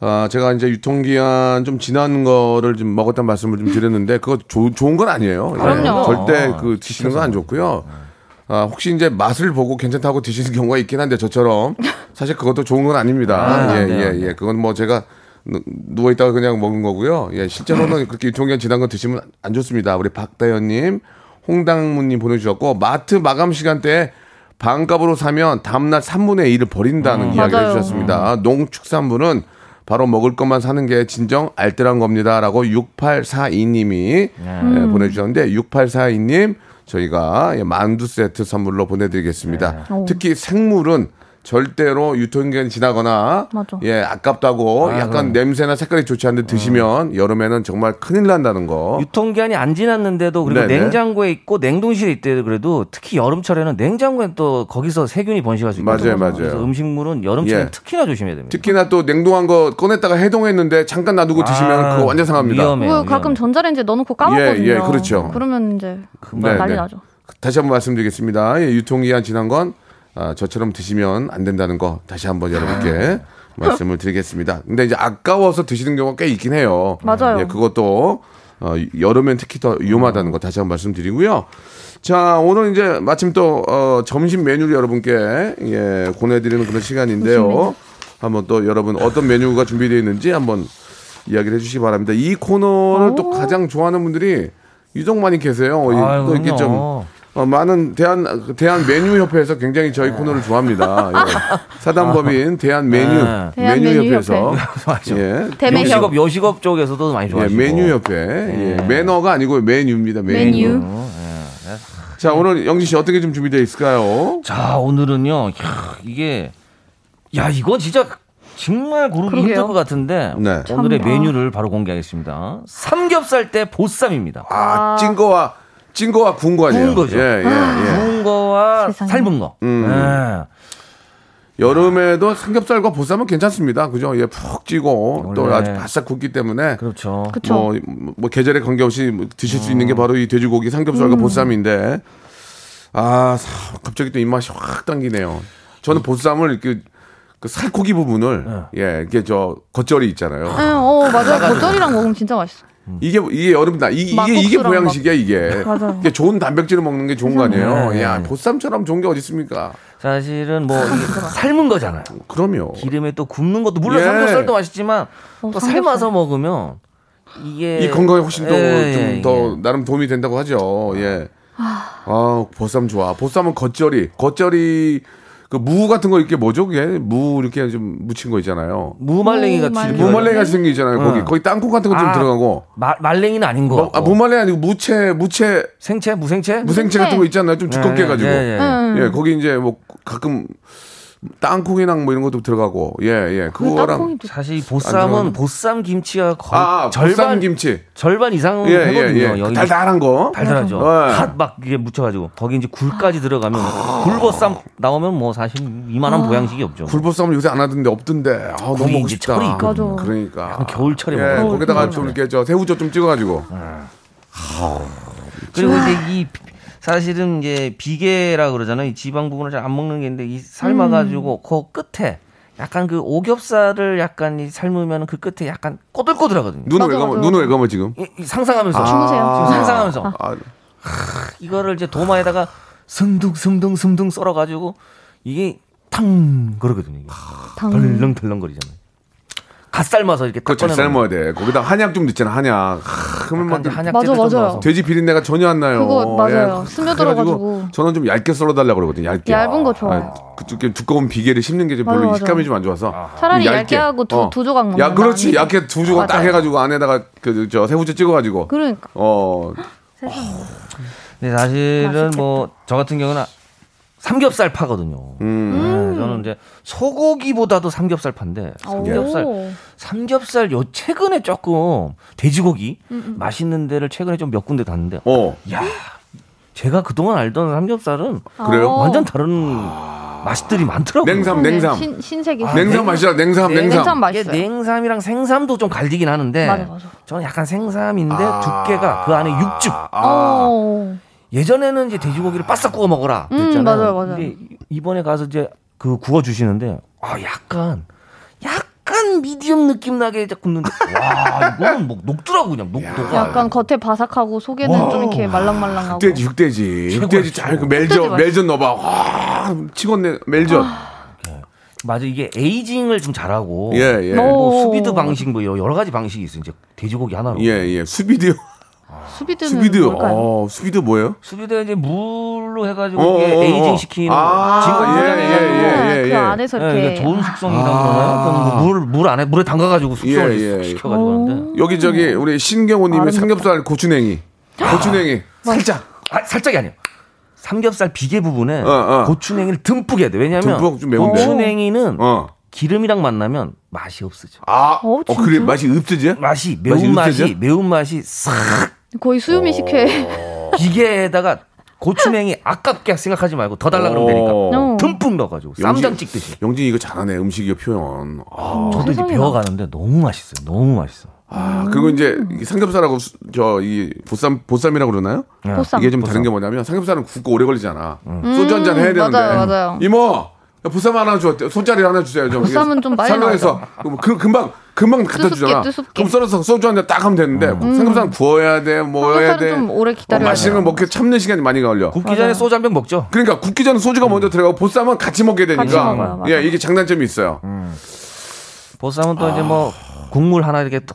C: 아, 제가 이제 유통기한 좀 지난 거를 좀 먹었다는 말씀을 좀 드렸는데, 그거 조- 좋은 건 아니에요. 예.
G: 그럼요.
C: 절대 그 드시는 건 안 좋고요. 아, 혹시 이제 맛을 보고 괜찮다고 드시는 경우가 있긴 한데, 저처럼. 사실 그것도 좋은 건 아닙니다. 예, 예, 예. 그건 뭐 제가 누- 누워있다가 그냥 먹은 거고요. 예, 실제로는 그렇게 유통기한 지난 거 드시면 안 좋습니다. 우리 박다현님, 홍당무님 보내주셨고, 마트 마감 시간대에 반값으로 사면 다음날 3분의 1을 버린다는 이야기를
G: 맞아요.
C: 해주셨습니다. 농축산물은 바로 먹을 것만 사는 게 진정 알뜰한 겁니다. 라고 6842님이 예,
I: 음.
C: 보내주셨는데, 6842님, 저희가 예, 만두 세트 선물로 보내드리겠습니다.
I: 네.
C: 특히 생물은 절대로 유통기한이 지나거나
G: 맞아.
C: 예 아깝다고 약간 냄새나 색깔이 좋지 않은데 드시면 여름에는 정말 큰일 난다는 거
I: 음. 유통기한이 안 지났는데도 그리고
C: 네네.
I: 냉장고에 있고 냉동실에 있대 그래도 특히 여름철에는 냉장고엔 또 거기서 세균이 번식할 수 있다.
C: 맞아요, 맞아요.
I: 그래서 음식물은 여름철에
C: 예.
I: 는 특히나 조심해야 됩니다.
C: 특히나 또 냉동한 거 꺼냈다가 해동했는데 잠깐 놔두고 드시면
I: 아,
C: 그거 완전 상합니다.
I: 위험해요.
G: 그거 뭐 가끔
I: 위험해요.
G: 전자레인지에 넣어놓고 까먹거든요.
C: 예, 예, 그렇죠.
G: 그러면 이제
C: 네,
G: 난리
C: 네.
G: 나죠.
C: 다시 한번 말씀드리겠습니다. 예, 유통기한 지난 건 아, 저처럼 드시면 안 된다는 거 다시 한번 여러분께
G: 아.
C: 말씀을 드리겠습니다. 근데 이제 아까워서 드시는 경우가 꽤 있긴 해요.
G: 맞아요.
C: 예, 그것도 어, 여름엔 특히 더 위험하다는 거 다시 한번 말씀드리고요. 자, 오늘 이제 마침 또 어, 점심 메뉴를 여러분께 예, 권해드리는 그런 시간인데요. 한번 또 여러분 어떤 메뉴가 준비되어 있는지 한번 이야기를 해주시기 바랍니다. 이 코너를 또 가장 좋아하는 분들이 유독 많이 계세요. 이-
F: 아유,
C: 또 이렇게 좀
F: 그럼요.
C: 어, 많은 대한 대한 메뉴 협회에서 굉장히 저희 코너를 좋아합니다. 예. 사단법인 대한 메뉴
I: 네.
G: 대한
C: 메뉴
G: 메뉴
C: 협회에서 예.
G: 대매
I: 요식업 요식업 쪽에서도 많이
C: 예,
I: 좋아하시고
C: 메뉴 협회 예. 매너가 아니고 메뉴입니다. 메뉴.
G: 메뉴.
C: 자 오늘 영진 씨 어떻게 좀 준비되어 있을까요?
I: 자 오늘은요 이야, 이게 야 이건 진짜 정말 고르기
G: 그러게요.
I: 힘들 것 같은데
C: 네.
I: 오늘의
G: 참, 아.
I: 메뉴를 바로 공개하겠습니다 삼겹살 때 보쌈입니다
C: 아 찐거와 찐거와 구운 거 아니에요?
I: 구운 거죠.
C: 예, 예, 예. 음.
I: 구운 거와
G: 세상에.
I: 삶은 거 예.
C: 여름에도 삼겹살과 보쌈은 괜찮습니다. 그죠? 예, 푹 찌고 또
I: 원래.
C: 아주 바싹 굽기 때문에
I: 그렇죠
G: 그쵸.
C: 뭐, 뭐 계절에 관계없이 뭐 드실 수 있는 게 바로 이 돼지고기 삼겹살과 보쌈인데 아 사- 갑자기 또 입맛이 확 당기네요. 저는 보쌈을 이렇게 그 살코기 부분을 예 이게 저 겉절이 있잖아요.
G: 응, 어 맞아요. 겉절이랑 먹으면 진짜 맛있어.
C: 이게 이게 여름다 이게 이게, 이게
G: 막국수랑 막-
C: 보양식이야 이게.
G: 맞아요.
C: 이게 좋은 단백질을 먹는 게 좋은 거 아니에요.
I: 네.
C: 야 보쌈처럼 좋은 게 어디 있습니까?
I: 사실은 뭐 이게 삶은 거잖아요
C: 그럼요.
I: 기름에 또 굽는 것도 물론
C: 예.
I: 삼겹살도 맛있지만 또
G: 어, 삼겹살.
I: 삶아서 먹으면 이게
C: 이 건강에 훨씬 더 좀
I: 예,
C: 더
I: 예, 예.
C: 나름 도움이 된다고 하죠. 예. 아, 보쌈 좋아. 보쌈은 겉절이. 겉절이 그 무 같은 거 이렇게 뭐죠? 그게 무 이렇게 좀 묻힌 거 있잖아요.
I: 무말랭이 같이
G: 무말랭이.
C: 무말랭이 같이 생긴 게 있잖아요. 거기
I: 응.
C: 거기 땅콩 같은 거 좀
I: 아, 어.
C: 들어가고.
I: 마- 말랭이는 아닌 거
C: 뭐, 아, 무말랭이 아니고 무채 무채
I: 생채 무생채
C: 무생채 같은 거 있잖아요. 좀 두껍게
I: 예,
C: 해가지고.
I: 예, 예.
G: 응.
C: 예, 거기 이제 뭐 가끔 땅콩이랑 뭐 이런 것도 들어가고. 예, 예.
G: 그
C: 그거랑
G: 땅콩이 또
I: 사실 이
C: 안 들어가는
I: 보쌈은 보쌈 김치가 거의
C: 아, 아 절반
I: 절반
C: 김치.
I: 절반 이상은
C: 예, 예,
I: 되거든요.
C: 예.
I: 여기
C: 달달한 거.
I: 달달하죠.
C: 예.
I: 갓막 이게 묻혀가지고 거기 이제 굴까지 들어가면 굴보쌈 나오면 뭐 사실 이만한 보양식이 없죠.
C: 굴보쌈을 요새 안 하던데 없던데. 아, 너무
I: 굴이
C: 먹고
I: 이제
C: 싶다.
I: 철이 있거든요.
G: 맞아.
C: 그러니까.
I: 겨울철에 네.
C: 예,
I: 먹어요.
C: 거기다가 좀 이렇게 저 새우젓 좀 찍어가지고.
I: 그리고 이제 이 비- 사실은 이제 비계라 그러잖아요. 이 지방 부분을 잘 안 먹는 게 있는데 이
C: 음.
I: 삶아가지고 그 끝에 약간 그 오겹살을 약간 이 삶으면 그 끝에 약간 꼬들꼬들하거든요.
C: 눈을 왜
G: 맞아,
C: 감아?
G: 맞아.
C: 눈을 왜 감아 지금?
I: 이- 이 상상하면서
G: 주무세요.
I: 지금 상상하면서
C: 아,
I: 이거를 이제 도마에다가 승둥승둥승둥 썰어가지고 이게 탕 그러거든요. 이게.
G: 당.
I: 덜렁덜렁거리잖아요. 그렇죠, 갓 삶아서 이렇게 딱
C: 그거 잘
I: 꺼내놓으면.
C: 삶아야 돼. 거기다 한약 좀 넣잖아, 한약. 하, 그러면 막
I: 약간 이제 한약재도
G: 맞아,
I: 좀
G: 맞아요.
I: 넣어서.
C: 돼지 비린내가 전혀 안 나요.
G: 그거 맞아요.
C: 예,
G: 스며들어가지고.
C: 그래가지고 저는 좀 얇게 썰어달라 고 그러거든요. 얇게.
G: 얇은 거 좋아요.
C: 그쪽 좀 두꺼운 비계를 씹는 게 좀 별로
G: 맞아, 맞아.
C: 식감이 좀 안 좋아서.
G: 차라리
C: 좀
G: 얇게 하고 두- 두 조각 먹는
C: 음, 어. 야, 그렇지.
G: 마음이.
C: 얇게 두 조각 딱
G: 맞아요.
C: 해가지고 안에다가 그 저 새우젓 찍어가지고.
G: 그러니까.
C: 어,
I: 근데 사실은 뭐 저 같은 경우는 삼겹살 파거든요.
C: 음.
I: 네, 저는 이제 소고기보다도 삼겹살 파인데 삼겹살
G: 오.
I: 삼겹살 요 최근에 조금 돼지고기
G: 음,
I: 맛있는 데를 최근에 좀 몇 군데 갔는데 어,
C: 어.
I: 야 제가 그동안 알던 삼겹살은
C: 그래요?
G: 아.
I: 완전 다른 맛들이 많더라고요.
C: 냉삼,
G: 그러네.
C: 냉삼.
G: 신, 신세계.
C: 냉삼 맛이야, 냉삼, 냉삼.
I: 냉-
G: 네, 냉삼
I: 이게
G: 맛있어요.
I: 냉삼이랑 생삼도 좀 갈리긴 하는데
G: 맞아, 맞아.
I: 저는 약간 생삼인데 두께가 그 안에 육즙
C: 아,
G: 어.
I: 예전에는 이제 돼지고기를 바싹 구워 먹어라
G: 음,
I: 그랬잖아요.
G: 맞아요, 맞아요.
I: 근데 이번에 가서 이제 그 구워 주시는데 아 약간 약간 미디엄 느낌 나게 이제 굽는데 와 이거는 뭐 녹더라고 그냥 녹 녹아.
G: 약간 겉에 바삭하고 속에는 좀 이렇게 말랑말랑하고.
C: 육돼지, 육돼지. 육돼지 잘그 멜젓,
G: 육돼지 아.
C: 멜젓 넣어봐. 와, 치겠네, 멜젓.
I: 맞아 이게 에이징을 좀 잘하고
C: 예, 예.
G: 오.
I: 뭐 수비드 방식 뭐 여러 가지 방식이 있어 요 이제 돼지고기 하나로.
C: 예, 예. 수비드요.
G: 수비드는
C: 수비드.
G: 뭘까요?
C: 어, 수비드 뭐예요?
I: 수비드 이제 물로 해가지고
C: 어,
I: 이게
C: 어, 어.
I: 에이징 시키는
C: 아,
I: 지금
C: 예, 예, 예, 예, 예.
G: 그 안에서 이렇게
I: 네, 이게 좋은 숙성이라고 하나요? 물물 안에 물에 담가가지고 숙성을
C: 예, 예.
I: 시켜가지고
G: 어.
I: 하는데
C: 여기 저기
I: 음.
C: 우리 신경호님의 삼겹살 고추냉이. 고추냉이.
I: 아. 살짝. 아, 살짝이 아니에요. 삼겹살 비계 부분에
C: 어, 어.
I: 고추냉이를 듬뿍 해야 돼. 왜냐면
C: 듬뿍 좀 매운데.
I: 고추냉이는
C: 어.
I: 기름이랑 만나면 맛이 없어져.
C: 아,
G: 어,
C: 어, 그래
G: 진짜?
C: 맛이 읍지지? 맛이
I: 맛이 매운 맛이
C: 육수죠?
I: 매운 맛이 싹
G: 거의 수유미 식혜.
C: 어.
I: 비계에다가 고추냉이 아깝게 생각하지 말고 더 달라 그러면 되니까 음.
G: 어.
I: 듬뿍 넣어가지고 쌈장
C: 음.
I: 찍듯이.
C: 영진 이거 잘하네 음식이요 표현. 아,
I: 저도 이제
G: 어. 세상에나.
I: 배워가는데 너무 맛있어요. 너무 맛있어.
C: 아,
I: 음.
C: 그리고 이제 이 삼겹살하고 저 이 보쌈 보쌈이라고 그러나요?
G: 보쌈.
C: 이게 좀 다른 게 뭐냐면 삼겹살은 굽고 오래 걸리잖아.
G: 음.
C: 소주 한 잔 해야 되는데.
G: 맞아요, 맞아요.
C: 이모 야, 보쌈 하나 줘. 손자리 하나 주세요. 좀.
G: 보쌈은 좀 많이
C: 설명해서 그 금방 금방 갖다
G: 뜨습게,
C: 주잖아.
G: 뜨습게.
C: 그럼 썰어서 소주 한 잔 딱 하면 되는데
G: 음.
C: 삼겹살은 구워야 돼, 뭐 해야
G: 삼겹살은
C: 돼.
G: 좀 오래 기다려야
C: 어, 맛있는 거 먹기 참는 시간이 많이 걸려.
I: 굽기 전에 소주 한 병 먹죠.
C: 그러니까 굽기 전에 소주가 먼저 들어가고 보쌈은 같이 먹게 되니까.
G: 음. 같이 먹어요, 맞아요. 음.
C: 예, 이게 장단점이 있어요.
I: 보쌈은 또 이제 뭐 국물 하나 이렇게 뚝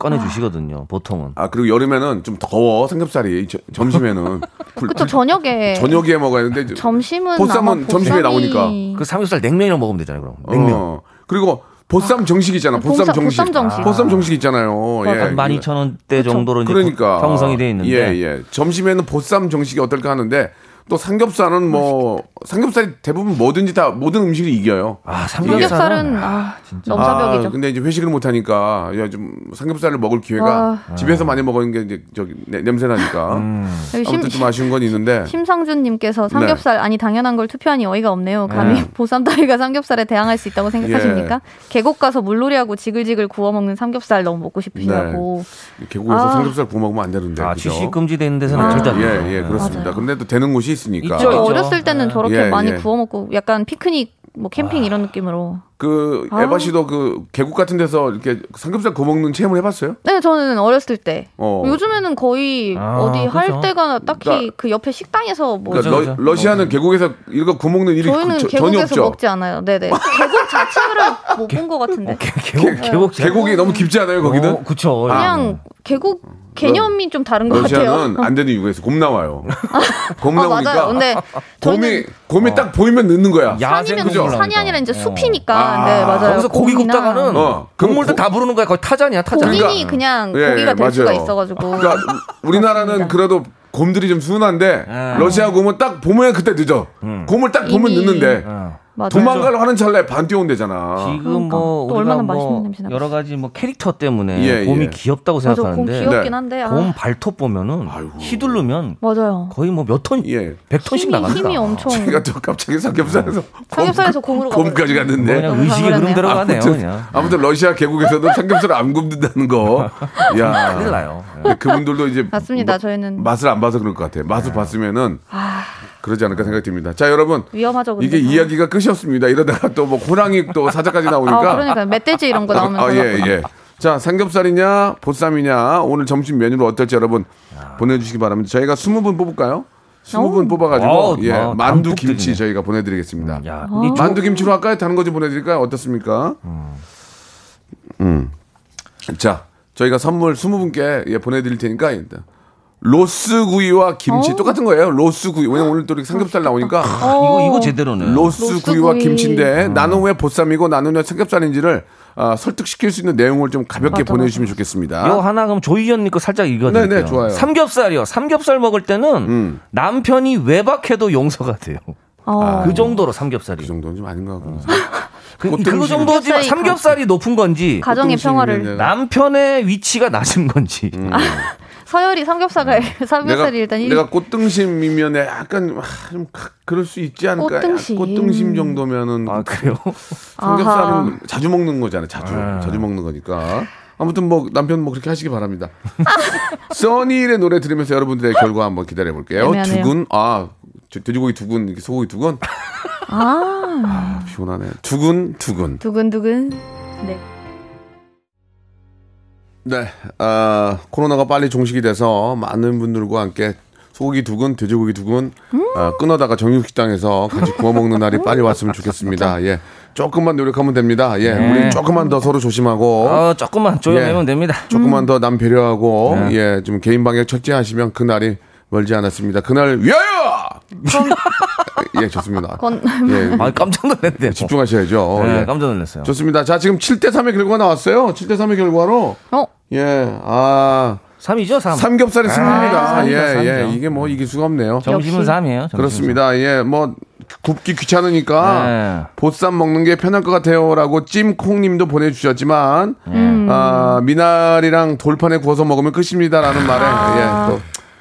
I: 꺼내 주시거든요. 보통은.
C: 아 그리고 여름에는 좀 더워 삼겹살이 저- 점심에는 굴-
G: 그쵸 저녁에.
C: 저녁에 먹어야 되는데 이제-
G: 점심은
C: 보쌈은
G: 아마
C: 점심에
G: 보쌈이-
C: 나오니까.
I: 그 삼겹살 냉면이랑 먹으면 되잖아요. 그럼
C: 어,
I: 냉면.
C: 그리고 보쌈 정식 있잖아. 보쌈
G: 보쌈-
C: 정식.
G: 보쌈 정식.
C: 보쌈 정식 있잖아요. 예.
I: 한 12,000원대 정도로 이제
C: 그러니까
I: 형성이 돼 있는데
C: 예, 예. 점심에는 보쌈 정식이 어떨까 하는데 또 삼겹살은 뭐 삼겹살이 대부분 뭐든지 다 모든 음식을 이겨요.
I: 아
G: 삼겹살은
I: 삼겹살은
G: 아,
I: 진짜.
G: 넘사벽이죠.
C: 아, 근데 이제 회식을 못 하니까 야, 좀 삼겹살을 먹을 기회가 집에서 많이 먹은 게 이제 저기 냄새 나니까
I: 음.
G: 여기 그 심-
C: 아무튼 네. 좀 아쉬운 건 있는데
G: 심상준님께서 삼겹살 아니 당연한 걸 투표하니 어이가 없네요. 감히 보쌈다리가 삼겹살에 대항할 수 있다고 생각하십니까?
C: 예.
G: 계곡 가서 물놀이하고 지글지글 구워 먹는 삼겹살 너무 먹고 싶으시다고.
C: 계곡에서
G: 아.
C: 삼겹살 구워 먹으면 안 되는데
I: 아,
C: 예, 그죠?
I: 취식 금지되는 데서는 절대 안 돼요.
C: 예, 예, 그렇습니다.
G: 맞아요.
C: 근데 또 되는 곳이 있으니까.
I: 있죠,
G: 또
I: 있죠.
G: 어렸을 때는 저렇게
C: 예,
G: 많이
C: 예.
G: 구워 먹고 약간 피크닉 뭐 캠핑 이런 느낌으로.
C: 그
G: 아.
C: 에바 씨도 그 계곡 같은 데서 이렇게 삼겹살 구워 먹는 체험을 해봤어요?
G: 네, 저는 어렸을 때.
C: 어.
G: 요즘에는 거의
I: 아,
G: 어디
I: 그죠.
G: 할 때가 딱히
C: 그러니까-
G: 그 옆에 식당에서 뭐
C: 그러니까
I: 그죠, 그죠.
C: 러, 시아는 계곡에서 이거 구워 먹는 일이
G: 저희는
C: 그- 저- 전혀
G: 계곡에서
C: 없죠.
G: 먹지 않아요. 네네. 계곡 자체를 못 본 것
I: 어,
G: 같은데.
I: 계곡 계곡
C: 계곡이 너무 깊지 않아요 거기는?
I: 어, 그쵸.
G: 그냥 계곡 개념이 좀 다른 것 같아요.
C: 아. 러시아는 안 되는 이유가 있어. 곰 나와요. 곰
G: 아,
C: 나오니까
G: 맞아요. 근데 저는
C: 곰이 곰이 딱 보이면 넣는 어. 거야.
I: 야생
G: 산이면
C: 그죠?
G: 산이 아니라 이제 숲이니까.
C: 아.
G: 네, 맞아요.
I: 어. 거기서 고기
G: 곰이나
I: 굽다가는
C: 어.
I: 건물도 다 부르는 거야. 거의 타잔이야, 타잔.
C: 고기-
G: 고민이 그냥
C: 예,
G: 고기가 될
C: 맞아요.
G: 수가 있어가지고.
C: 그러니까 우리나라는
G: 맞습니다.
C: 그래도 곰들이 좀 순한데
I: 예.
C: 러시아 음. 곰은 딱 보면 그때 늦어. 곰을 딱 보면
G: 이미-
C: 늦는데
I: 어.
G: 맞아요.
C: 도망가려 하는 찰나에 반 뛰어온대잖아.
I: 지금 뭐
G: 그러니까. 또
I: 우리가
G: 얼마나
I: 뭐
G: 맛있는 냄새나.
I: 여러 가지 뭐 캐릭터 때문에
C: 예,
I: 곰이
C: 예.
I: 귀엽다고
G: 맞아, 곰
I: 생각하는데
G: 귀엽긴
C: 네.
G: 한데. 아,
I: 곰 발톱 보면은 휘두르면
G: 맞아요.
I: 거의 뭐 몇 톤,
C: 예.
I: 백 톤씩
G: 힘이,
I: 나간다.
G: 힘이 엄청.
C: 제가 또 갑자기 삼겹살에서
G: 삼겹살에서 곰으로 가버렸어요.
C: 곰까지 갔는데.
I: 뭐 그냥 의식이
G: 그러네요.
I: 그름대로 가네요,
C: 아무튼,
I: 그냥.
C: 아무튼 러시아 계곡에서도 삼겹살 안 굽는다는 거. 야.
I: 큰일 나요. 예.
C: 근데 그분들도 이제
G: 맞습니다,
C: 뭐, 마-
G: 저희는. 아.
C: 맛을 안 봐서 그럴 것 같아요. 맛을
I: 네.
C: 봤으면은 그러지 않을까 생각이 듭니다. 자, 여러분.
G: 위험하죠, 근데.
C: 이게 이야기가 끝이 없습니다. 이러다가 또 뭐 호랑이 또 사자까지
G: 아,
C: 나오니까
G: 그러니까 멧돼지 이런 거 나오면
C: 아,
G: 아,
C: 예, 예. 자, 삼겹살이냐, 보쌈이냐, 오늘 점심 메뉴로 어떨지 여러분 보내주시기 바랍니다. 저희가 20분 뽑을까요? 20분 뽑아가지고,
I: 와우,
C: 예,
I: 와,
C: 만두
I: 담뿍
C: 김치
I: 드리네. 음,
C: 저희가 보내드리겠습니다.
G: 아.
I: 야, 이
G: 어.
I: 조-
C: 만두 김치로 할까요? 다른 거 좀 보내드릴까요? 어떻습니까? 음. 자, 저희가 선물 20분께 예, 보내드릴 테니까 일단 로스구이와 김치
G: 어?
C: 똑같은 거예요. 로스구이. 왜냐면 오늘 또 이렇게 삼겹살 나오니까
I: 이거
G: 어.
I: 이거 제대로네.
C: 로스구이와
G: 로스구이. 음.
C: 김치인데 나는 왜 보쌈이고 나는 왜 삼겹살인지를 아, 설득시킬 수 있는 내용을 좀 가볍게 보내주시면 좋겠습니다.
I: 요 하나 그럼 조이 언니 거 살짝 읽어드릴게요.
C: 아. 네네, 좋아요.
I: 삼겹살이요. 삼겹살 먹을 때는 남편이 외박해도 용서가 돼요.
G: 어.
C: 아,
I: 그 정도로 삼겹살이.
C: 이 정도는 좀 아닌 것
G: 음.
C: 같고.
I: 그,
C: 꽃등심.
I: 그 정도지
G: 삼겹살이
I: 삼겹살이 높은 건지
G: 가정의 평화를
I: 남편의 위치가 낮은 건지.
G: 서열이
C: 네.
G: 삼겹살을
C: 내가,
G: 삼겹살이 일단 일
C: 내가 꽃등심이면 약간 아, 좀 가- 그럴 수 있지 않을까?
G: 꽃등심.
C: 꽃등심 정도면은
I: 아 그래요?
C: 삼겹살은
G: 아하.
C: 자주 먹는 거잖아요. 자주 자주 먹는 거니까. 아무튼 뭐 남편 뭐 그렇게 하시기 바랍니다. 써니의 노래 들으면서 여러분들의 결과 한번 기다려 볼게요.
G: 애매하네요.
C: 두근 아 저- 돼지고기 두근 이렇게 소고기 두근 아 피곤하네. 두근 두근
G: 두근두근 네.
C: 네, 아, 코로나가 빨리 종식이 돼서 많은 분들과 함께 소고기 두근, 돼지고기 두근 아, 끊어다가 정육식당에서 같이 구워 먹는 날이 빨리 왔으면 좋겠습니다. 예, 조금만 노력하면 됩니다. 예, 우리 조금만 더 서로 조심하고
I: 어, 조금만 조용하면
C: 예.
I: 됩니다.
C: 조금만 더 남 배려하고
I: 음. 네.
C: 예, 좀 개인 방역 철저하시면 그 날이 멀지 않았습니다. 그날 위하여! 예, 좋습니다.
G: 건
C: 예,
I: 아 깜짝 놀랐네.
C: 집중하셔야죠.
I: 네,
C: 예.
I: 깜짝 놀랐어요.
C: 좋습니다. 자, 지금 7대 3의 결과가 나왔어요. 7대 3의 결과로
G: 어?
C: 예, 아.
I: 삼이죠 삼.
C: 삼겹살이 승리입니다.
I: 아, 삼겹,
C: 예, 예.
I: 삼겹.
C: 이게 뭐 이길 수가 없네요.
I: 점심은
G: 역시.
I: 삼이에요
C: 그렇습니다. 예, 뭐 굽기 귀찮으니까
I: 네.
C: 보쌈 먹는 게 편할 것 같아요라고 찜콩님도 보내주셨지만
I: 네.
G: 음.
C: 아, 미나리랑 돌판에 구워서 먹으면 끝입니다라는 말에 예, 또,
G: 아,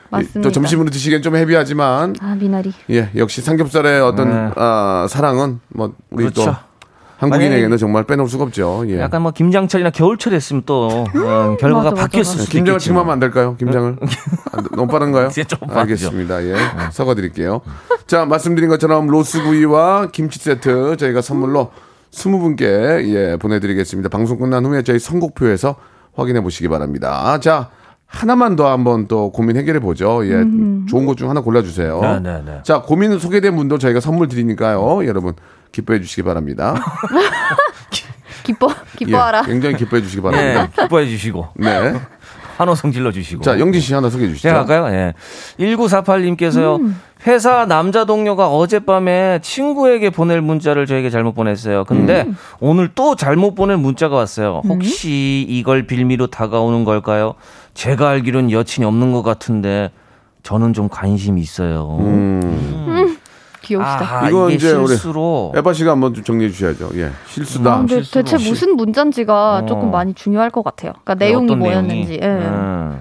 G: 맞습니다.
C: 또 점심으로 드시기엔 좀 헤비하지만
G: 아 미나리.
C: 예, 역시 삼겹살의 어떤
I: 네.
C: 아, 사랑은 뭐 우리 또
I: 그렇죠.
C: 한국인에게는 정말 빼놓을 수가 없죠. 예.
I: 약간 뭐 김장철이나 겨울철 했으면 또 어, 결과가
G: 음, 맞아, 맞아,
I: 바뀌었을
G: 맞아.
I: 수도
C: 김장을 지금
I: 있겠지만.
C: 하면 안 될까요? 김장을 안 돼- 너무 빠른가요?
I: 이제 좀 빠르죠. 네.
C: 알겠습니다. 예, 사과드릴게요. 자, 말씀드린 것처럼 로스구이와 김치 세트 저희가 선물로 20분께 예 보내드리겠습니다. 방송 끝난 후에 저희 선곡표에서 확인해 보시기 바랍니다. 자, 하나만 더 한번 또 고민 해결해 보죠. 예, 좋은 것 중 하나 골라주세요.
I: 네, 네, 네.
C: 자, 고민 소개된 분도 저희가 선물 드리니까요, 여러분. 기뻐해 주시기 바랍니다.
G: 기뻐 기뻐하라.
C: 예, 굉장히 기뻐해 주시기
I: 예,
C: 바랍니다.
I: 기뻐해 주시고
C: 네.
I: 환호성 질러 주시고.
C: 자, 영진 씨 하나 소개해 주시죠.
I: 제가 할까요? 예. 1948님께서요.
G: 음.
I: 회사 남자 동료가 어젯밤에 친구에게 보낼 문자를 저에게 잘못 보냈어요. 근데
G: 음.
I: 오늘 또 잘못 보낸 문자가 왔어요. 혹시 이걸 빌미로 다가오는 걸까요? 제가 알기론 여친이 없는 것 같은데 저는 좀 관심이 있어요.
G: 귀여우시다.
I: 아,
C: 음. 이거
I: 이게
C: 이제 우리
I: 실수로
C: 에바 씨가 한번 좀 정리해 주셔야죠. 예. 실수다.
G: 음, 근데 대체 무슨 문자인지가
I: 어.
G: 조금 많이 중요할 것 같아요. 그러니까 내용이
I: 어떤
G: 뭐였는지. 예.
C: 네.
I: 음.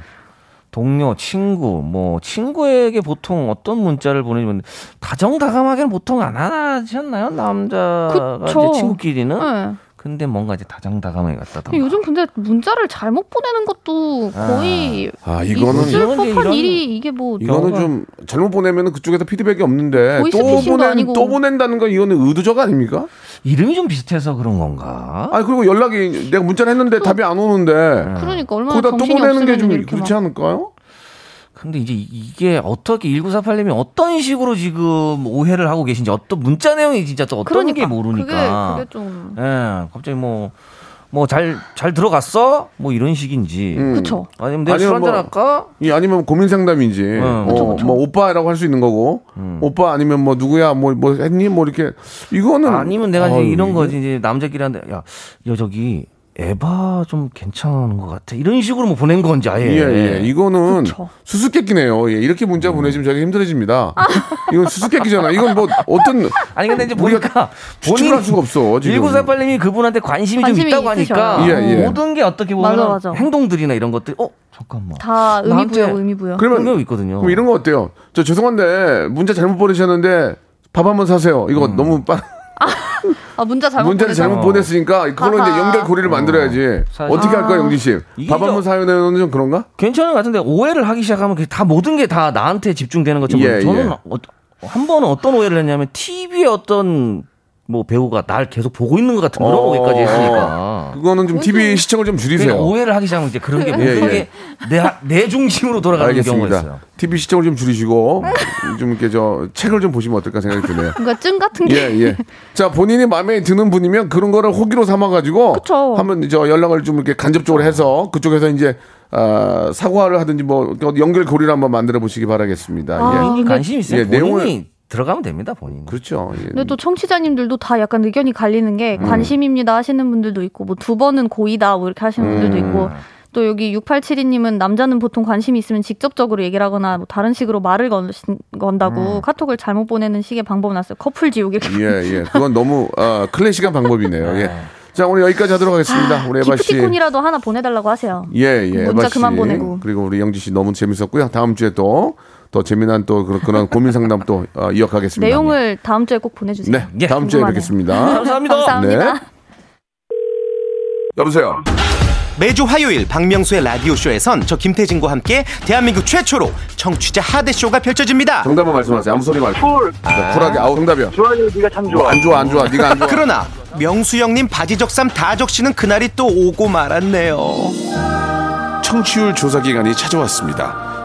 I: 동료, 친구, 뭐 친구에게 보통 어떤 문자를 보내면 다정다감하게는 보통 안 하지 않나요? 남자가
G: 그쵸.
I: 이제 친구끼리는.
C: 어?
G: 예.
I: 근데 뭔가 이제 다정다감하게 갔다던가.
G: 요즘 근데 문자를 잘못 보내는 것도 거의
C: 아, 이거는
G: 있을
I: 이건
G: 법한
I: 이제 이런-
G: 일이 이게 뭐
C: 이거는 좀 잘못 보내면 그쪽에서 피드백이 없는데
G: 보이스
C: 또
G: 피싱도
C: 보낸
G: 아니고.
C: 또 보낸다는 건 이거는 의도적 아닙니까?
I: 이름이 좀 비슷해서 그런 건가?
C: 아 그리고 연락이 내가 문자를 했는데 답이 안 오는데
G: 그러니까 얼마나
C: 거기다 또
G: 정신이
C: 보내는
G: 없으면
C: 게 좀
G: 이렇게 막
C: 그렇지 않을까요?
I: 근데 이제 이게 어떻게 1948님이 어떤 식으로 지금 오해를 하고 계신지 어떤 문자 내용이 진짜 또 어떤 게 모르니까.
G: 그러니까. 그게 그게 좀
I: 예, 갑자기 뭐 뭐 잘 잘 들어갔어? 뭐 이런 식인지.
C: 음.
G: 그쵸.
I: 아니면 내가 술
C: 아니면 뭐-
I: 한잔 할까?
C: 이 아니면 고민 상담인지 어,
I: 그쵸,
C: 뭐 오빠라고 할 수 있는 거고 오빠 아니면 뭐 누구야 뭐 뭐 했니 뭐 이렇게 이거는
I: 아니면 내가 이제
C: 아유, 예,
I: 이런
C: 이게-
I: 거지 이제 남자끼리 한데 야, 여 저기 에바 좀 괜찮은 것 같아. 이런 식으로 뭐 보낸 건지 아예.
C: 예, 예. 이거는
G: 그쵸.
C: 수수께끼네요. 예, 이렇게 문자 보내시면 저희가 힘들어집니다. 이건 수수께끼잖아. 이건 뭐 어떤
I: 아니 근데 이제
C: 우리가
I: 보니까
C: 추측을 할뭐 수가 없어. 지금.
I: 1948님이 그분한테 관심이, 좀
G: 관심이
I: 있다고
G: 있으셔요.
I: 하니까
C: 예, 예.
I: 모든 게 어떻게 보면
G: 맞아, 맞아.
I: 행동들이나 이런 것들 어 잠깐만
G: 다 의미
I: 나한테
G: 부여 의미 부여.
C: 그러면
I: 그런 게 있거든요.
C: 그럼 뭐 이런 거 어때요? 저 죄송한데 문자 잘못 보내셨는데 밥 한번 사세요. 이거 너무 빠
G: 아 문자 잘못
C: 문자를
G: 보내서
C: 잘못 보냈으니까 그걸로
G: 아하. 아.
C: 이제 연결 고리를 만들어야지.
I: 어. 사실-
C: 어떻게 할까요, 영진 씨?
I: 이게
C: 밥 한번
I: 저-
C: 사요는 좀 그런가?
I: 괜찮은 것 같은데 오해를 하기 시작하면 그게 다 모든 게 다 나한테 집중되는 것처럼
C: 예,
I: 저는
C: 예.
I: 어, 한 번은 어떤 오해를 했냐면 TV에 어떤 뭐 배우가 날 계속 보고 있는 것 같은 그런
C: 어, 어.
I: 거기까지 했으니까.
C: 그거는 좀 TV 시청을 좀
I: 그러니까
C: 줄이세요.
I: 오해를 하기 시작하면 이제 그런 게
C: 예,
I: 모든
C: 예.
I: 게내 내 중심으로 돌아가는 경우가 있어요.
C: 알겠습니다. TV 시청을 좀 줄이시고 좀 이렇게 저 책을 좀 보시면 어떨까 생각이 드네요.
G: 그러니까 쯤 같은
C: 예,
G: 게
C: 예. 자, 본인이 마음에 드는 분이면 그런 거를 호기로 삼아가지고
G: 그쵸.
C: 한번 저 연락을 좀 이렇게 간접적으로 해서 그쪽에서 이제 아, 사과를 하든지 뭐 연결 고리를 한번 만들어 보시기 바라겠습니다.
G: 아.
C: 예.
I: 본인이 관심 있으면
C: 예,
I: 본인이
C: 내용을-
I: 들어가면 됩니다. 본인.
C: 그렇죠. 예.
G: 근데 또 청취자님들도 다 약간 의견이 갈리는 게
C: 음.
G: 관심입니다 하시는 분들도 있고 뭐 두 번은 고이다 뭐 이렇게 하시는 분들도
C: 음.
G: 있고 또 여기 6872님은 남자는 보통 관심이 있으면 직접적으로 얘기를 하거나 뭐 다른 식으로 말을 건, 건다고 카톡을 잘못 보내는 식의 방법을 났어요. 커플 지옥 이렇게.
C: 음. 예, 예. 그건 너무 아, 클래식한 방법이네요. 예. 자, 오늘 여기까지 하도록 하겠습니다. 우리 에바 씨.
G: 아. 기프티콘이라도 하나 보내달라고 하세요.
C: 예, 예.
G: 문자
C: 에바 씨.
G: 그만 보내고.
C: 그리고 우리 영지 씨 너무 재밌었고요. 다음 주에 또 더 재미난 또 그런, 그런 고민 상담 또 어, 이어가겠습니다.
G: 내용을 다음 주에 꼭 보내주세요.
C: 네,
I: 예,
C: 다음 주에
G: 궁금하네요.
C: 뵙겠습니다.
I: 감사합니다.
G: 감사합니다.
C: 네. 여보세요.
D: 매주 화요일 박명수의 라디오쇼에선 저 김태진과 함께 대한민국 최초로 청취자 하대쇼가 펼쳐집니다.
C: 정답만 말씀하세요. 아무 소리 말고. 네, 쿨하게. 아우 정답이야. 좋아요. 네가 참 좋아. 안 좋아, 안 좋아. 네가 안 좋아.
D: 그러나 명수 형님 바지 적삼 다 적시는 그날이 또 오고 말았네요.
B: 청취율 조사 기간이 찾아왔습니다.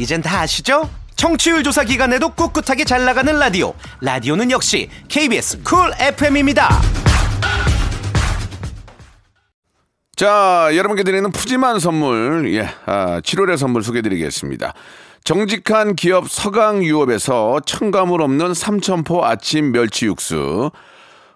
D: 이젠 다 아시죠? 청취율 조사 기간에도 꿋꿋하게 잘 나가는 라디오 라디오는 역시 KBS 쿨 FM입니다.
C: 자, 여러분께 드리는 푸짐한 선물, 예, 아, 7월의 선물 소개드리겠습니다. 정직한 기업 서강유업에서 첨가물 없는 삼천포 아침 멸치 육수,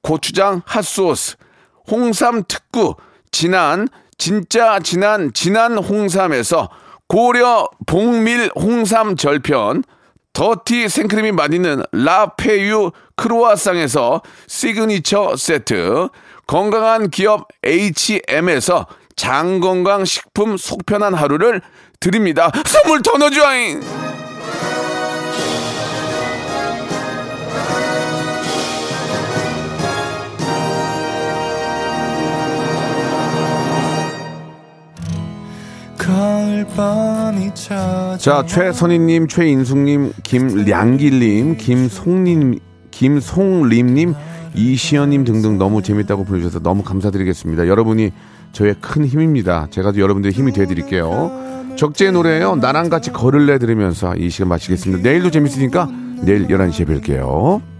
C: 고추장 핫소스 홍삼 특구 진한 진짜 진한 진한 홍삼에서 고려 복밀 홍삼 절편 더티 생크림이 맛있는 라페유 크로아상에서 시그니처 세트 건강한 기업 H&M에서 장건강 식품 속편한 하루를 드립니다. 선물 더 넣어줘잉! 자, 최선희님, 최인숙님, 김량길님, 김송님, 김송림님, 이시연님 등등 너무 재밌다고 보내주셔서 너무 감사드리겠습니다. 여러분이 저의 큰 힘입니다. 제가 또 여러분들의 힘이 되어드릴게요. 적재의 노래예요. 나랑 같이 걸을래 들으면서 이 시간 마치겠습니다. 내일도 재밌으니까 내일 11시에 뵐게요.